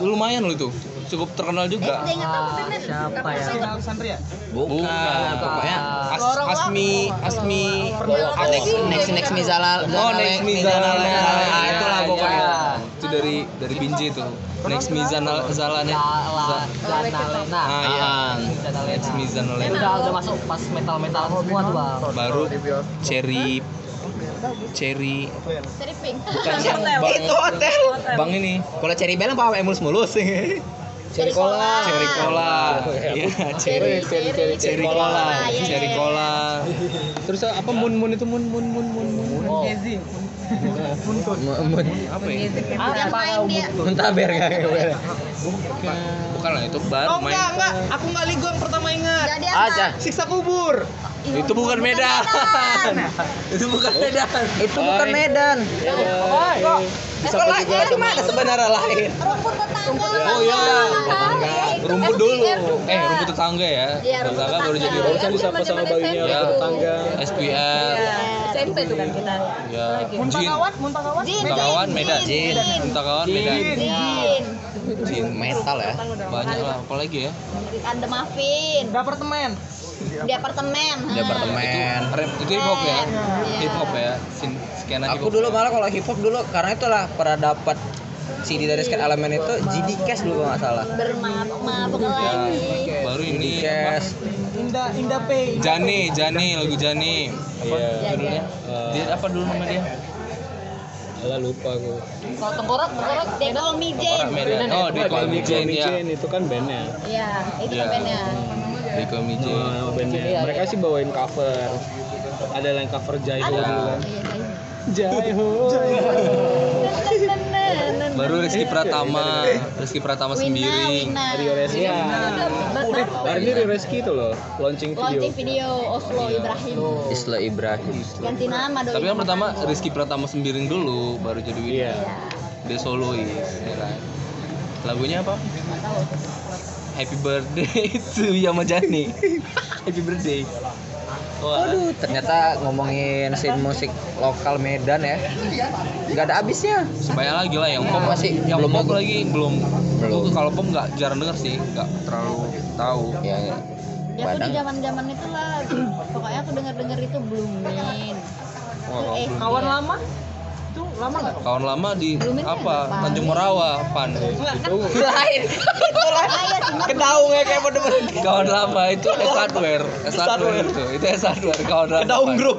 F: Lumayan loh itu. Cukup terkenal juga.
C: Saya nggak tahu bener.
D: Siapa ya? Alexandria.
F: Bukan.
E: Pokoknya
D: Ah.
F: As, Asmi Asmi.
E: next next next Mizala
F: Oh Next Mizana. Ah
E: itu
F: itulah
E: lah
F: pokoknya.
D: iya.
F: Itu dari dari Binje tuh. Next Mizana Zala
D: Iya.
F: Next.
D: Salah. Danalena.
F: Ah iya.
D: Danalena.
F: Next Mizana
D: Itu udah udah masuk pas metal-metal semua tuh, Bang.
F: Baru Cherry Cherry
C: Stripping.
F: Bukan yang bang,
E: itu hotel
F: bang ini
E: kalau cari bel apa emulus mulus
C: Ceri Cola.
F: Cherry Cola. Iya, Cherry
C: Ceri Ceri Ceri
F: Cherry Cola,
C: ya,
F: Cherry
C: ya, ya.
F: Cola. Terus apa Moon Moon itu Moon Moon Moon Moon Moon. Apa ya?
C: Yang main dia
E: Muntaber kan.
F: Bukan lah itu bar
H: Oh
F: main.
H: enggak, enggak. Aku enggak ligo yang pertama ingat.
C: jadi
E: Aja.
C: apa?
H: Siksa kubur.
F: Itu bukan Medan. Itu bukan Medan.
E: Itu bukan
F: Oi.
E: Medan.
F: Bisa juga ada mana sebenarnya lain.
C: Rumput tetangga.
F: Oh, iya. Rumput dulu. Eh, rumput
C: tetangga.
F: tetangga ya.
C: Iya, rumput
F: Tetangga baru
C: tetangga.
F: jadi
C: Iya,
F: rumput
H: Harusnya disapa sama bayinya
F: Ya.
H: tetangga.
F: SPR.
I: SMP itu kan kita.
F: Ya. Jin.
I: Muntakawan, Muntakawan.
C: Jin,
F: Takawan Medan.
C: Jin. Jin.
F: Takawan Medan.
C: Jin.
F: Jin.
A: metal ya
F: Banyak lah apalagi ya.
C: Ada Muffin.
I: Di apartemen.
C: Di apartemen.
A: di apartemen
F: Rap itu hip hop ya.
C: Iya.
F: Hip hop ya. Sin skena hip
E: Aku
F: hop.
E: dulu malah kalau hip hop dulu karena itulah pernah dapat CD dari Sket Elemen itu GD Cash dulu kalau nggak salah.
C: Bermap-map
F: Ya,
C: lagi.
F: baru
E: GD
F: ini apa?
E: Cash.
I: Indah, Indah Pay.
F: Jani, Jani, lagu Jani.
B: Iya.
F: Judulnya. Dia apa dulu nama dia?
B: Eh, Alah lupa gue.
I: Kalau tengkorak, tengkorak. ya?
C: They call me Jane.
F: Orang Medan. Oh, di
B: Johnny
F: Mijen
B: Jane,
F: ya.
B: itu kan bandnya.
C: Iya, itu
F: Iya.
C: bandnya.
F: Di Mijen.
B: Nah, bandnya. Mereka sih bawain cover. Ada yang cover Jaiho
F: Ada.
B: dulu kan.
C: Iya, iya.
B: Jaiho.
F: Baru Rizky Pratama, Rizky Pratama
C: Wina,
F: sendiri.
C: Wina.
B: Rio Reski. Iya. Hari ini Rio Reski itu loh, launching video.
C: Launching video Oslo Ibrahim.
A: Isla Ibrahim
C: Ganti nama Iya. dong.
F: Iya. Tapi yang pertama Rizky Pratama sembiring dulu, baru jadi Wina.
B: Iya.
F: Dia solois, ya kan? Lagunya apa? Happy birthday to Yama Jani. Happy birthday. Wah,
E: Ternyata ngomongin scene musik lokal Medan ya. Nggak ada habisnya.
F: supaya lagi lah yang pop
E: Masih,
F: yang
E: belum
F: pop
E: bagus.
F: lagi belum
A: Belum.
F: Aku kalau pop nggak jarang denger sih, nggak terlalu tahu.
A: ya ya.
C: Ya aku di zaman-zaman itu lah. Pokoknya aku denger-denger itu Bloomin.
F: Wah, kalau
C: Eh,
F: belum.
I: Kawan lama? Itu lama nggak?
F: Kawan lama di
C: Belum ini
F: apa?
C: apa?
F: Tanjung Merawa, pan.
E: Kedaung ya kayak pada
F: Kawan lama itu es hardware, es hardware itu, itu es hardware kawan lama. Kita ungrup.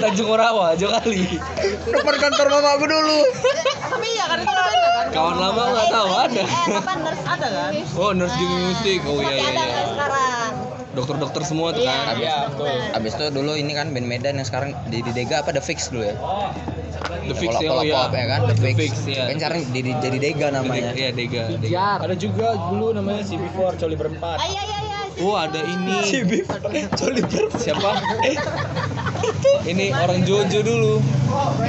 F: Tanjung Merawa, Jokali.
E: depan kantor mamaku dulu.
I: Tapi iya kan itu ada kan.
F: Kawan lama nggak tahu ada.
C: Eh, kapan nurse
I: Ada kan?
F: Oh, Nurse Giving
C: Ah.
F: Music. Oh iya
C: Masih
F: iya.
C: ada
F: iya.
C: nggak sekarang?
F: Dokter-dokter semua tuh
C: Iya,
F: kan.
C: nurse dokter.
A: Abis itu dulu ini kan band Medan yang sekarang di, di Dega apa The Fix dulu ya?
F: The
A: Ya,
F: Fix
A: kolak-
F: ya, oh
A: kolak-
F: iya.
A: kolak ya kan? The Fix.
F: Fix, iya.
A: Kan sekarang di, di- jadi Dega namanya.
F: Iya, Dega. Dega.
D: Jar.
B: Ada juga dulu namanya CB4 Coli berempat.
C: Ay, ay, ay, ay.
F: Oh, ada ini. Siapa? Eh. Ini orang Jojo dulu.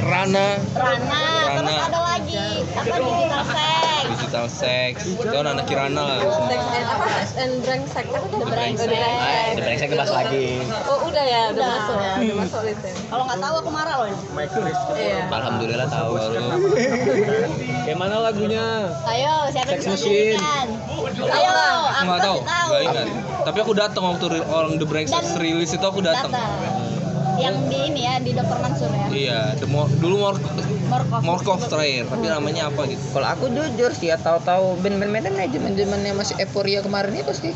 F: Rana,
C: Rana, terus
F: Rana.
C: ada lagi apa digital sex.
F: Digital Sex. Itu anak Kirana lah.
I: Sex and apa? Sex and brengsek kan? The brengsek.
E: Ah, di brengsek
F: Iya.
E: dibahas lagi.
I: Oh udah ya, udah
C: Udah.
I: masuk ya, udah masuk listnya.
C: Kalau nggak tahu aku marah loh.
I: Iya.
E: Alhamdulillah tahu.
B: Kayak mana lagunya?
C: Ayo, siapa yang
B: Sex
C: bisa
B: machine.
C: menyanyikan? Ayo, aku
F: Enggak tahu,
C: kasih tahu.
F: enggak ingat. Tapi aku datang waktu ri- orang The Break Sex
C: Dan-
F: rilis itu aku datang.
C: Datang. Yang di ini ya, di Dokter Mansur ya.
F: Iya, the Mor- dulu Morkov
C: Morkov.
F: Morkov terakhir, tapi namanya apa gitu?
E: Kalau aku jujur sih ya tahu-tahu band-band Medan ya
F: Iya,
E: zaman-zamannya masih euforia kemarin itu sih.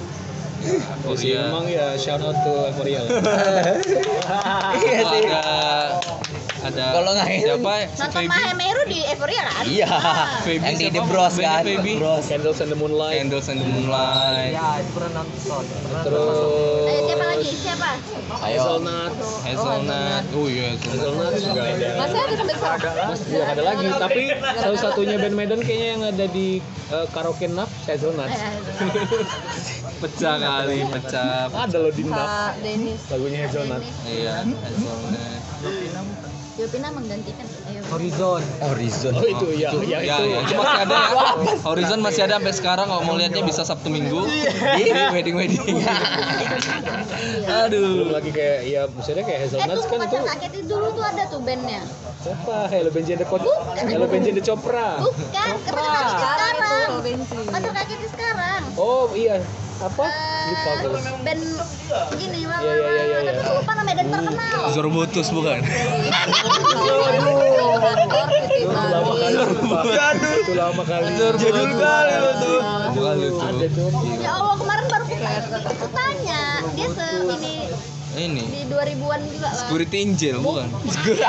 F: Oh
B: Sih,
F: iya.
B: Emang ya shout out to Euphoria.
E: Iya
F: Kalau
E: sih.
F: ada ada
E: Kalau nggak ini-
F: siapa? Si
C: Nonton
F: Feby.
C: Mahameru di Euphoria kan?
E: Iya.
C: Ah.
F: Feby
E: Yang di
F: siapa?
E: The Bros
F: Bandnya
E: kan.
F: Feby.
E: Bros.
B: Candles and the Moonlight.
F: Candles and the Moonlight,
D: Ya, itu pernah nonton. Pernah
C: Ayo, siapa
B: Terus
C: lagi? Siapa?
B: Hazelnut.
F: Hazelnut. Oh iya, Hazelnut.
B: Hazelnut juga ada.
I: Masih ada sampai sekarang.
B: Mas juga ada lagi, tapi satu-satunya band Medan kayaknya yang ada di eh, karaoke naf Hazelnut.
C: Eh,
F: Pecah kali, pecah.
B: Ada loh di naf
I: Pak Denis.
B: lagunya Hazelnut.
F: Iya, Hazelnut.
C: Yopina menggantikan. Eh, Ayo.
D: Horizon.
E: Horizon.
B: Oh itu ya, ya
F: Ya,
B: itu.
F: ya, itu masih ada ya. Horizon masih ada sampai sekarang kalau mau lihatnya bisa Sabtu Minggu. Di wedding wedding.
B: Belum
F: Aduh.
B: lagi kayak ya maksudnya kayak
C: Eh,
B: Hazelnut
C: tunggu
B: kan itu
C: pacar sakit itu dulu tuh ada tuh bandnya.
B: siapa? Hello Benji and the Cop-
C: Bukan.
B: Hello Benji and the Chopra.
C: Bukan, pacar sakit
I: Sekarang itu
C: sekarang.
I: Pak Benci.
C: Pacar sakit sekarang.
B: Oh iya, apa?
C: Eh,
B: Lupa gue.
C: band gini lah,
B: Iya, iya, iya, iya, iya.
C: tapi lupa nama dan terkenal.
F: Zorbotus bukan?
B: Lama kali lupa. Itu lama kali.
F: Jadul kali lo tuh. Iya. Bukan itu.
B: Ada tuh.
C: Ya Allah kemarin baru aku, aku tanya dia se ini
F: Ini
C: di 2000-an juga lah.
F: Security Angel bukan?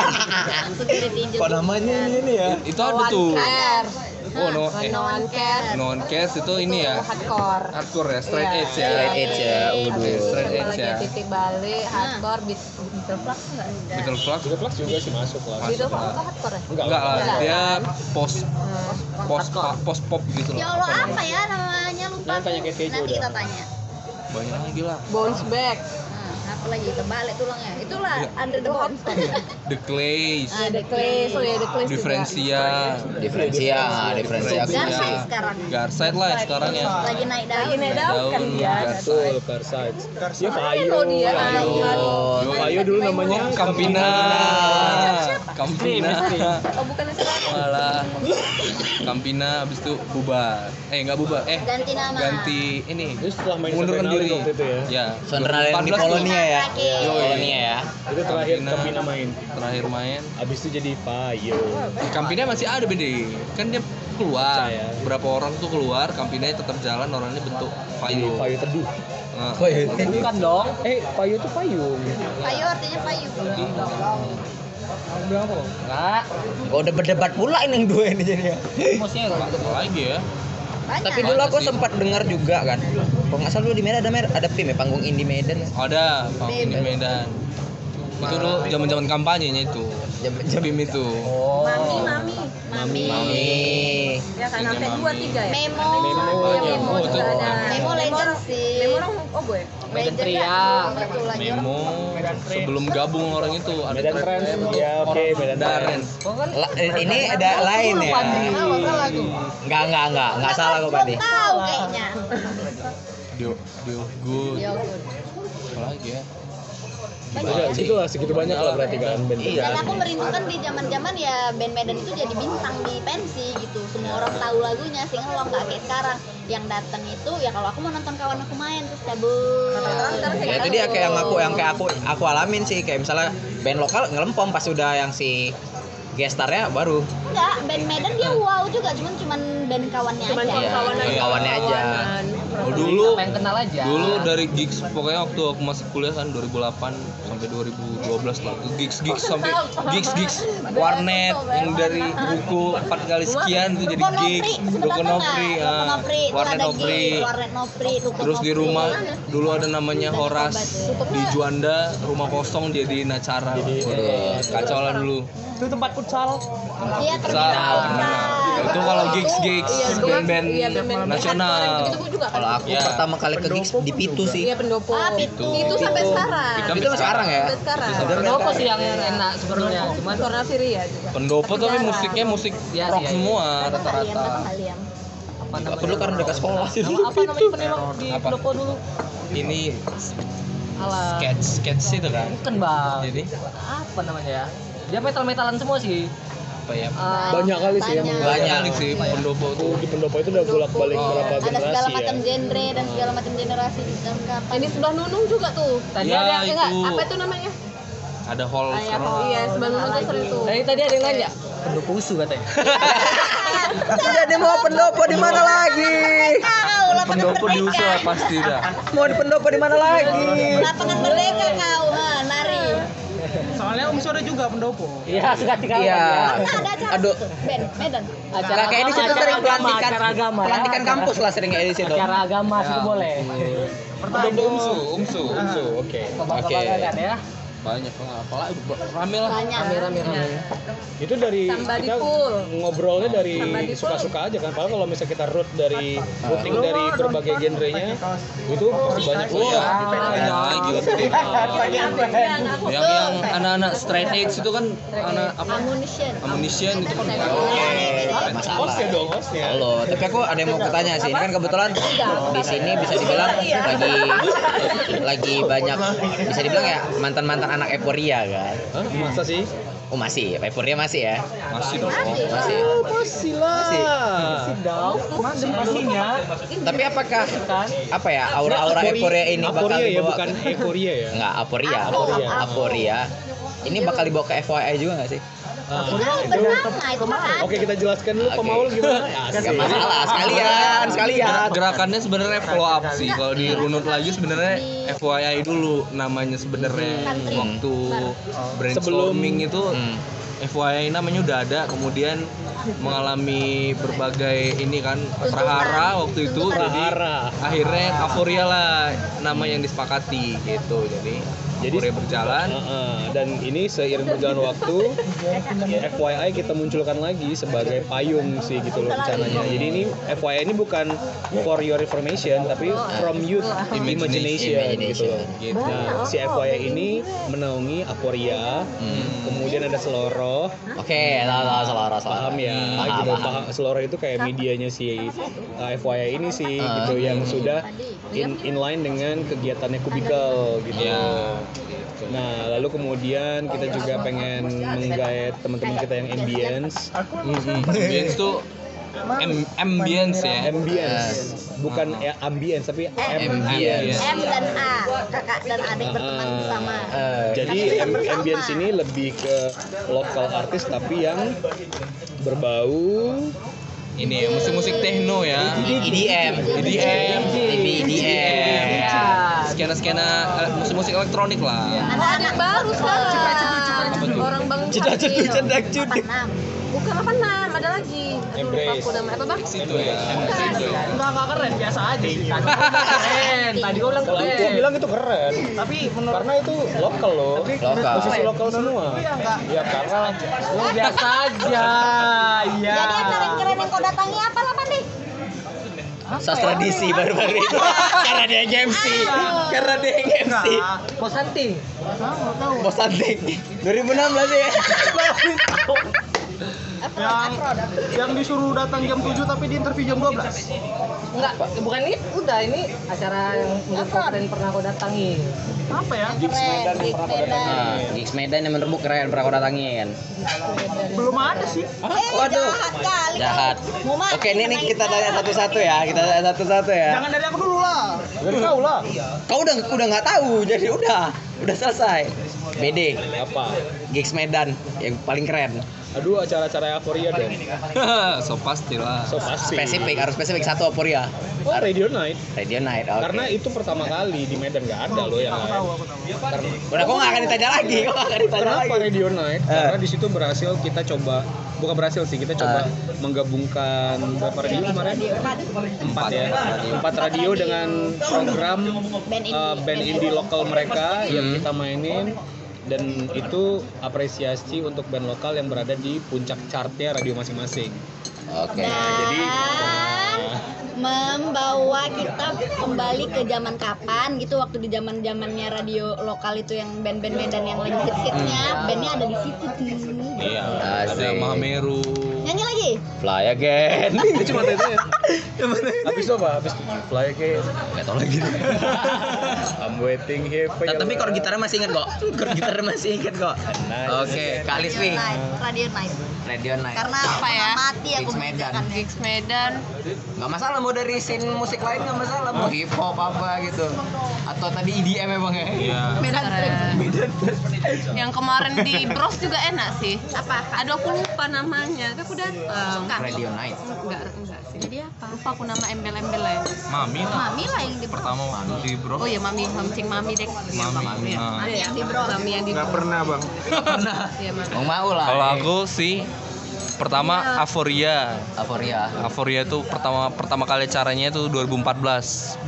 C: Security Angel.
B: Iya.
E: Apa namanya ini nih ya?
F: Itu ada tuh.
C: Ada.
F: oh no eh,
I: No one cares.
F: non cats itu ini ya
I: Hardcore.
F: hardcore ya straight
I: Iya.
F: edge ya
J: Straight edge ya, waduh.
F: Straight edge
I: Apalagi
F: ya.
I: titik balik, hardcore, beat, beat flux nggak ada.
F: Beetle Flux
B: Juga Flux juga sih masuk lah.
I: Beat flux itu hardcore ya? Eh,
B: Enggak,
F: enggak lah
I: Enggak.
F: dia post post post pop gitu
C: Ya
F: loh
C: Allah apa ya namanya lupa.
B: Nanti tanya ke Keju
C: Nanti
B: udah.
C: kita tanya.
F: banyak lagi lah
I: Bounce back.
C: Nah, apa lagi terbalik tulangnya? Itulah
F: Iya.
C: under the bone.
I: ya?
F: The Clays
I: Ada the Ah, Clays, oh ya the Clays juga.
F: Differentia
D: Iya,
J: Diferensia, diferensia.
C: Dan saya sekarang
F: Garside lah Iya. sekarang ya
C: lagi naik daun.
I: Lagi naik daun kan
F: Daun,
I: dia.
F: Garside
B: Betul, Karside. Ya
I: Keren
B: Payo.
I: loh dia.
J: Oh,
B: Payo dulu namanya
F: Kampina Kampina
I: Oh bukan yang sekarang.
F: malah Kampina abis itu bubar eh nggak bubar eh
C: Ganti nama.
F: ganti ini
B: Itu setelah main
F: mengundurkan
B: Sovereign
F: diri
B: Island waktu itu ya.
F: ya
J: Sondernalin di
F: 2014 tuh
J: Polonia ya.
F: Iya,
C: Terakhir.
A: Oh,
J: Polonia ya.
B: Itu terakhir
F: Kampina.
B: Kampina main.
F: terakhir main
B: Abis itu jadi Payo.
F: Kampina masih ada BD kan dia keluar
B: Percaya.
F: berapa orang tuh keluar Kampinanya tetap jalan orangnya bentuk payung
B: Payo teduh.
F: Nah,
D: Oh, iya. Bukan dong.
B: Eh, Payo tuh payung.
C: Payu artinya payu.
F: Iya.
D: Enggak.
A: Oh, debat-debat pula ini yang dua ini jadi ya.
D: Maksudnya enggak.
F: apa lagi ya
C: Banyak.
A: Tapi dulu aku sempat dengar juga kan. Kalau nggak salah dulu di Medan ada mer ada PIM ya, panggung indie Medan.
F: ada panggung di Medan itu dulu zaman-zaman kampanyenya itu
A: Jam-jam
F: BIM itu
I: Mami, mami.
B: Mami.
A: Mami.
I: Ya kan,
F: Ininya
I: sampai
F: mami.
I: 2, 3 ya?
C: Memo.
I: Iya,
F: Memo
I: Memo
F: itu.
I: juga ada.
C: Memo Iya. legend sih.
I: Memo orang, oh gue.
C: Legend
D: Tria.
C: kan? Betul lagi orang.
F: Memo sebelum gabung orang itu ada
B: Medan
F: Trend
B: Trends.
F: Bentuk
B: Ya oke,
F: orang
B: Medan Trends.
D: Kok kan
A: La- eh, ini ada lain ya.
C: Salah, salah aku.
A: Enggak, enggak, enggak, enggak salah kok Pandi.
C: Belum tahu kayaknya.
F: Dio Dio Good
C: Ya ampun.
F: apa lagi ya
B: Udah, situ gitu lah segitu banyak lah berarti kan band.
A: Iya.
C: Dan aku merindukan di zaman-zaman ya band Medan itu jadi bintang di pensi gitu. Semua orang tahu lagunya, singelong nggak kayak sekarang. Yang datang itu ya kalau aku mau nonton kawan aku main terus cabut.
A: Ya itu dia kayak yang aku yang kayak aku aku alamin sih kayak misalnya band lokal ngelempom pas udah yang si gestarnya baru
C: Enggak, band Medan dia wow juga, cuman cuman band kawannya
I: Cuman
C: aja.
I: kawan-kawan aja.
A: kawannya aja.
I: Kawanan.
F: oh dulu
D: pengen kenal aja.
F: dulu dari gigs pokoknya waktu aku masih kuliah kan 2008 sampai 2012 lah gigs gigs sampai gigs gigs warnet yang dari buku 4 kali sekian itu jadi
C: Rukun Nopri,
F: gigs
C: sebelah
F: Rukun
C: tengah.
F: Nopri
C: Rukun
F: ah,
C: Nopri, itu
F: warnet
C: ada
F: Nopri
C: gigs, warnet Nopri, Rukun
F: terus di
C: Nopri.
F: rumah dulu ada namanya Horas di Juanda rumah kosong jadi acara Wah, kacau lah dulu
K: Itu tempat futsal.
C: Iya,
F: Futsal.
C: terminal. futsal.
F: itu kalau gigs gigs
I: Iya, dulu kan-
F: band-band
I: iya, band-band
F: nasional
I: Itu gue juga kan.
A: kalau aku
D: Iya.
F: Ya.
A: pertama kali ke gigs di Pitu sih
I: Iya, pendopo.
C: Ah, Pitu.
I: Itu sampai sekarang.
F: Pitu.
A: Pitu sekarang ya
I: Sampai sekarang.
D: Kenapa sih yang enak sebenarnya? Cuman
I: Warna Syria ya juga.
F: pendopo tapi
I: Jarang.
F: musiknya musik
D: Iya,
F: rock
D: iya, iya.
F: semua
C: Datang nggak Liam?
F: rata-rata
C: Datang nggak Liam?
D: apa
A: aku dulu karena dekat sekolah sih
D: Nama apa namanya penelok di
F: Apa?
D: pendopo dulu?
F: ini
D: Alah.
F: sketch sketch itu kan
D: Bukan bang.
F: jadi
D: apa namanya ya? Dia metal metalan semua sih.
F: apa ya
H: Nah.
D: Eh,
B: Banyak kali sih yang
C: Banyak.
A: Banyak.
F: banyak sih pendopo
B: aku
F: tuh
B: di pendopo itu udah bolak-balik
F: Oh.
B: berapa
C: Ada segala
B: generasi ya.
C: macam genre dan segala macam generasi di dalam kapan.
I: Ah, Ini sebelah Nunung juga tuh. Tadi
F: Ya,
I: ada eh, enggak?
F: itu.
I: Apa itu namanya?
F: ada hall
I: Ayah,
F: sekarang
I: iya, sebelah Nunung tuh sering tuh.
D: dari tadi ada yang nanya pendopo usu katanya.
A: jadi mau pendopo di mana lagi
F: Eh,
C: Kau lapangan
F: pendopo di
C: merdeka.
F: usul ah, pasti dah
A: mau di pendopo di mana lagi
C: Lapangan merdeka kau, ha, nari.
K: Soalnya Om Sore juga pendopo.
D: Iya, suka tiga
A: iya
C: Nah, ada acara
A: aduh
C: itu, band Medan.
A: Nah, kayak di situ sering pelantikan
D: acara agama. ya.
A: pelantikan kampus lah sering kayak di situ.
D: Acara agama situ
A: Ya,
D: boleh.
F: pendopo umsu umsu umsu
B: Oke.
A: Oke.
D: Kebanggaan Ah, ya.
F: banyak lah apalah rame lah
C: Banyak.
B: Itu dari
I: Somebody
B: kita
I: pull.
B: ngobrolnya dari
I: Somebody pull.
B: suka-suka aja kan. Padahal kalau misalnya kita root dari routing dari berbagai genrenya itu pasti banyak
F: Wah,
B: ya.
F: banyak lagi
I: Yang aku
F: yang yang anak-anak straight edge itu kan anak apa
C: Ammunition.
F: ammunition itu kan
A: Masalah.
B: Hostnya dong, hostnya.
A: Halo, tapi aku ada yang mau kutanya sih. Ini kan kebetulan di sini bisa dibilang lagi lagi banyak bisa dibilang ya mantan-mantan anak Eporia kan.
B: Hah? Masa sih?
A: Oh masih, Eporia masih ya?
F: masih dong
A: Masih.
B: Masih lah.
A: Tapi apakah
E: kan?
A: apa ya aura-aura Eporia ini bakal
B: Aporia ya,
A: dibawa
B: bukan
A: ke-
B: Ekoria ya.
A: Enggak, Aporia.
B: Aporia.
A: Aporia. Ini bakal dibawa ke FYI juga nggak sih?
B: Ah.
C: Paling bernama itu kan.
B: Oke, kita jelaskan dulu
A: Oke.
B: pemaul gimana. Ya,
A: Gak
B: asik.
A: masalah, sekalian, sekalian.
F: gerakannya sebenarnya follow up sih kalau dirunut lagi sebenarnya FYI dulu namanya sebenarnya
C: Hmm.
F: waktu
C: Sebelum-
F: brainstorming itu
A: Hmm.
F: FYI namanya udah ada kemudian mengalami berbagai ini kan
C: Tuntutan.
F: prahara waktu itu
C: Tuntutan.
F: jadi akhirnya Kaforia lah nama yang disepakati gitu jadi
B: Jadi-
F: Kaforia berjalan
B: Heeh, dan ini seiring berjalan waktu ya, FYI kita munculkan lagi sebagai payung sih gitu loh rencananya. Jadi ini FYI ini bukan for your information tapi from youth imagination, gitu loh.
F: gitu
B: Nah, si FYI ini menaungi Aporia,
A: Hmm.
B: kemudian ada Seloroh,
E: Oke, lah lah salah salah.
B: paham ya
E: Paham,
B: gitu.
E: paham.
B: Paham. Seloroh itu kayak medianya si uh, FYI ini sih
E: Ah.
B: gitu yang sudah
C: Tadi.
B: in inline dengan kegiatannya kubikel gitu.
F: Iya.
E: Iya.
B: Nah, lalu kemudian kita juga pengen menggait teman-teman kita yang ambience,
F: ambience tuh em- ambience ya
B: ambience, bukan ya, ambience tapi ambience.
E: Ambience.
C: Eh, M dan A, kakak dan adik berteman
B: Ah.
C: bersama.
E: Eh,
B: Jadi am- ambience ini lebih ke lokal artis tapi yang berbau
F: ini ya musik-musik techno ya
E: EDM,
F: E EDM,
E: lebih
F: E
E: EDM.
F: skena-skena eh, musik-musik elektronik lah
C: Anak-anak
I: baru sekarang
F: Apa tuh?
I: orang bang
E: Cedak cedik cedak cedik.
C: 86.
I: bukan apa enam ada lagi Aduh, lupa aku namanya apa bang
F: situ ya situ ya.
H: Enggak, enggak keren, biasa aja sih. Tadi gua bilang keren, tadi gua bilang
B: Gua
H: keren.
B: bilang itu keren
H: Tapi menurut Iya,
B: karena itu lokal loh.
E: Lokal.
B: Posisi lokal semua. Ya karena
H: lu biasa aja. Iya.
C: Jadi acara yang keren yang kau datangi apa lah Pandi?
E: Sastra DC baru-baru itu karena dia MC, karena dia MC.
H: Nah, Pos hunting.
E: Bos Anting 2016 ya.
H: Yang yang disuruh datang jam 7 tapi di interview jam 12.
D: Enggak, bukan ini udah ini acara yang menurut kau keren pernah kau datangi.
H: Apa ya?
C: Keren, Big Medan.
E: Nah, Gigs Medan yang menerbuk keren pernah kau datangi kan.
H: Belum ada sih.
C: Eh, jahat kali.
E: Jahat. Oke, ini nih kita tanya satu-satu ya. Kita tanya satu-satu ya.
H: Jangan dari aku dulu lah. Iya.
B: dari kau lah.
E: Kau udah udah nggak tahu, jadi udah udah selesai. BD,
B: Apa?
E: Gigs Medan yang paling keren.
B: Aduh acara-acara euforia dong.
F: so pasti lah
B: So pasti.
E: Spesifik harus spesifik satu Aporia.
B: Oh, Radio Night.
E: Radio Night. oke.
B: Karena itu pertama kali di Medan nggak ada loh yang lain.
E: udah kok nggak akan ditanya lagi, kok nggak akan ditanya
B: Kenapa
E: lagi. Eh.
B: Radio Night? Karena di situ berhasil kita coba bukan berhasil sih kita coba
E: Eh.
B: menggabungkan berapa radio kemarin? Empat ya, empat radio dengan program
C: Band indie.
B: eh, band indie lokal mereka yang
E: Hmm.
B: kita mainin dan itu apresiasi untuk band lokal yang berada di puncak chartnya radio masing-masing.
E: Oke.
B: jadi-
C: Dan membawa kita kembali ke zaman kapan gitu waktu di zaman zamannya radio lokal itu yang band-band Medan yang lagi hits-hitsnya bandnya ada di situ tuh
F: iya ada
E: Asik.
F: Mahameru
C: nyanyi lagi
E: Fly again.
B: Itu cuma itu ya. Habis itu apa? Habis fly ke
E: Nggak tahu lagi.
B: I'm waiting here for
E: Nah,
B: your
E: tapi chord
B: love.
E: gitarnya masih inget kok. Chord gitarnya masih inget kok. Oke, Kak Liswi.
C: Night, Iya, radio night
E: Radio Night.
C: karena
I: Apa ya?
C: mati aku
E: Gigs Medan.
C: mengerjakan ya.
I: Gigs Medan
E: Nggak masalah mau dari scene musik lain nggak masalah mau hip hop apa gitu. Atau tadi EDM emang ya.
B: Iya.
F: Iya.
I: Medan keren eh. yang kemarin di Bros juga enak sih apa aduh aku lupa namanya tapi aku datang
E: Radio Night.
I: enggak enggak sih jadi apa lupa aku nama embel-embelnya
F: Mami lah
I: Mami lah yang di Bros
F: pertama waktu di bro
I: Oh iya mami, mamcing mami deh. Iya,
F: Mami.
I: ya.
F: Ah.
I: Mami yang di bro. Mami yang di Gak pernah bang. Iya mami.
E: Mau mau lah.
F: kalau aku sih pertama Avoria
E: Aporia.
F: Avoria itu pertama pertama kali caranya itu 2014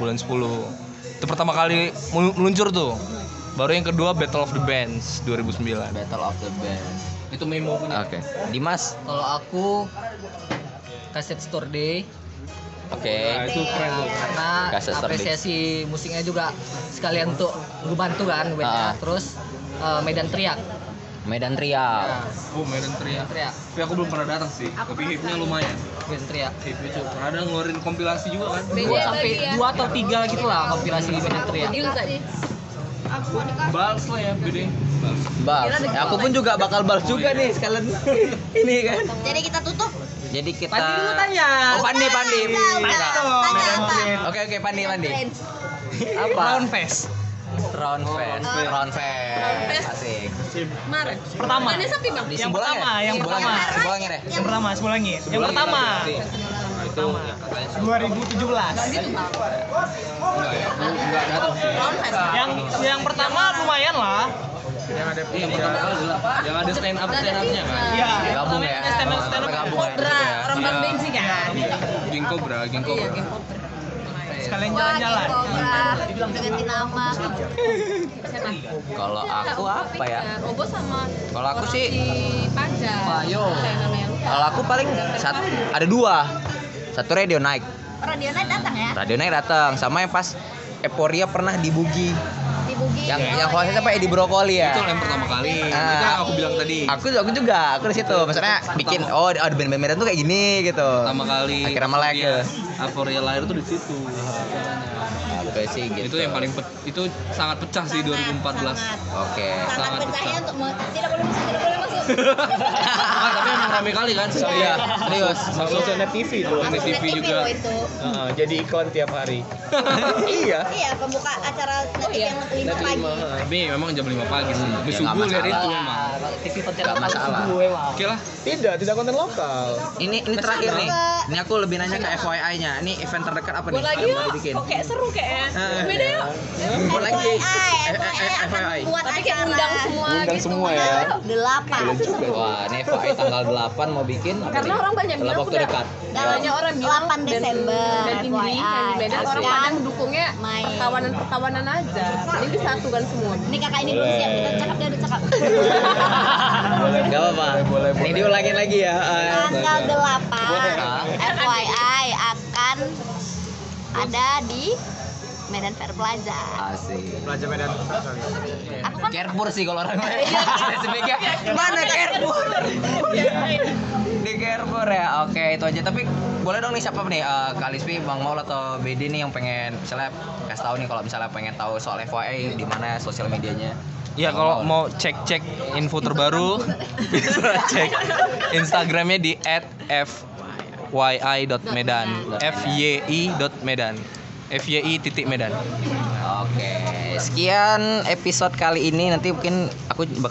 F: bulan 10 itu pertama kali mel- meluncur tuh baru yang kedua Battle of the Bands 2009
E: Battle of the Band.
F: itu memo punya
A: Oke. Dimas.
D: Kalau aku kaset store day
A: Oke.
F: Nah, itu keren
H: Iya.
F: tuh
D: karena
A: Kaset store day.
D: apresiasi musiknya juga sekalian untuk gue bantu kan gue
A: Ah.
D: terus eh, Medan teriak
A: Medan Ria.
F: oh Medan Tria
D: teriak
F: tapi aku belum pernah datang sih tapi hipnya lumayan
D: Medan teriak
F: hipnya cukup pernah ada ngeluarin kompilasi juga kan
I: Beda
D: dua
I: lagi
D: sampai
I: ya.
D: dua atau tiga gitu lah kompilasi Medan teriak
I: Gila tadi.
F: Bals lah ya BD
A: Bals. Ya, aku pun juga bakal bals juga nih sekalian ini kan.
C: jadi kita tutup
A: Jadi kita
D: Pandi dulu ya. tanya.
A: Oh, Pandi, Pandi.
C: Udah, udah. tanya apa
A: Oke, oke, Pandi, Pandi.
C: Friends.
A: Apa? Round fest. Round fest. Round fest.
I: fest.
A: Asik.
I: Maret.
H: Pertama.
I: Ini sepi bang.
A: Di
H: Yang
A: sebelah
H: pertama,
A: ya?
H: yang
A: Sebelah
H: pertama.
A: ya? Sebelah ya, deh.
H: Yang pertama, Sebulangit. Yang pertama.
F: itu yang katanya
H: 2017.
I: Round fest.
H: Yang yang pertama lumayan lah.
F: yang ada yang yang ada stand up stand upnya kan
A: Gabung ya. Sampai Gabung ya.
I: Kobra, rombak
F: Iya.
I: bensin kan.
F: geng kobra geng kobra
I: Iya, geng kobra.
H: Sekalian
A: gitu.
C: Wah,
H: jalan-jalan.
C: Kobra, ganti nama.
A: Kalau aku apa ya?
I: Obo sama
A: Kalau aku sih-
I: Pajak.
D: Payo.
A: Kalau aku paling sat- ada dua. Satu radio naik.
C: Radio Night datang ya
A: Radio naik datang sama yang pas Eporia pernah di Bugi.
C: di Bugi.
A: Yang
C: Oh,
A: yang
C: iya,
A: hostnya siapa
C: iya.
A: Edi Brokoli ya.
F: itu yang pertama kali
A: Ah.
F: itu yang aku bilang tadi
A: Aku aku juga, aku di situ. Maksudnya bikin oh, ada band-band Medan tuh kayak gini gitu.
F: pertama kali
A: Akhirnya melek ya.
F: Aporia lahir tuh di situ
A: Apa sih gitu.
F: itu yang paling pe- itu sangat pecah sih
C: Sangat,
F: 2014
A: Oke.
C: sangat, sangat
F: Sangat
C: percaya
F: besar.
C: untuk me- tidak boleh masuk, tidak boleh masuk.
F: Ah, tapi emang rame kali kan
A: Iya,
F: sekalian
A: serius.
H: Masuk zona TV tuh.
C: Masuk
F: TV
C: net TV
F: juga.
C: loh itu.
B: Heeh, jadi iklan tiap hari
C: Iya. Iya, pembuka acara net TV yang lima pagi.
F: tapi memang jam 5 pagi sih tapi
A: Ya,
F: subuh
A: nggak
F: lihat ya.
A: masalah.
F: itu emang
D: TV konten
A: Nggak masalah.
F: oke lah
B: tidak tidak konten lokal
A: Ini ini terakhir nih.
C: Mbak.
A: Ini aku lebih nanya ke FYI-nya. Ini event terdekat apa nih?
I: Buat lagi
A: yang
I: yuk,
A: baru dibikin?
I: kok kayak seru kayaknya.
A: Ah.
I: Beda yuk.
A: Buat lagi.
C: FYI,
A: Eh, eh, eh,
C: akan
A: FYI.
C: buat
I: Tapi kayak
C: acara.
I: undang semua
B: Undang
I: gitu.
B: semua
I: Ayo,
B: ya.
I: yuk.
C: Delapan.
E: Wah, ini FAI tanggal 8 mau bikin apa
I: Karena
E: nih?
I: orang banyak
E: Dalam
I: bilang
E: waktu
I: udah-
E: dekat.
I: Banyak orang bilang
C: 8 Desember,
I: dan tinggi
C: FYI.
I: dan beda orang
C: Asik.
I: pada mendukungnya
C: Iya. Main.
I: pertawanan pertawanan aja. Ini disatukan semua.
C: Ini kakak ini belum siap, kita cakap dia udah cakap.
A: Gak apa-apa. Ini diulangin lagi ya. eh.
C: Tanggal 8 FYI akan ada di Medan Fair Plaza.
A: Asik.
H: Pelajar Medan.
C: Aku kan Iya.
A: Kerpur sih kalau orang spesifiknya ya. mana Kerpur di Kerpur ya oke itu aja tapi boleh dong nih siapa nih Eh, Kak Lispi, Bang Maul atau BD nih yang pengen misalnya kasih tahu nih kalau misalnya pengen tahu soal FYI di mana sosial medianya
F: Ya kalau mau cek-cek info terbaru bisa cek Instagramnya di @fyi.medan. F Y I dot Medan. F Y I titik Medan.
A: oke sekian episode kali ini nanti mungkin aku bakal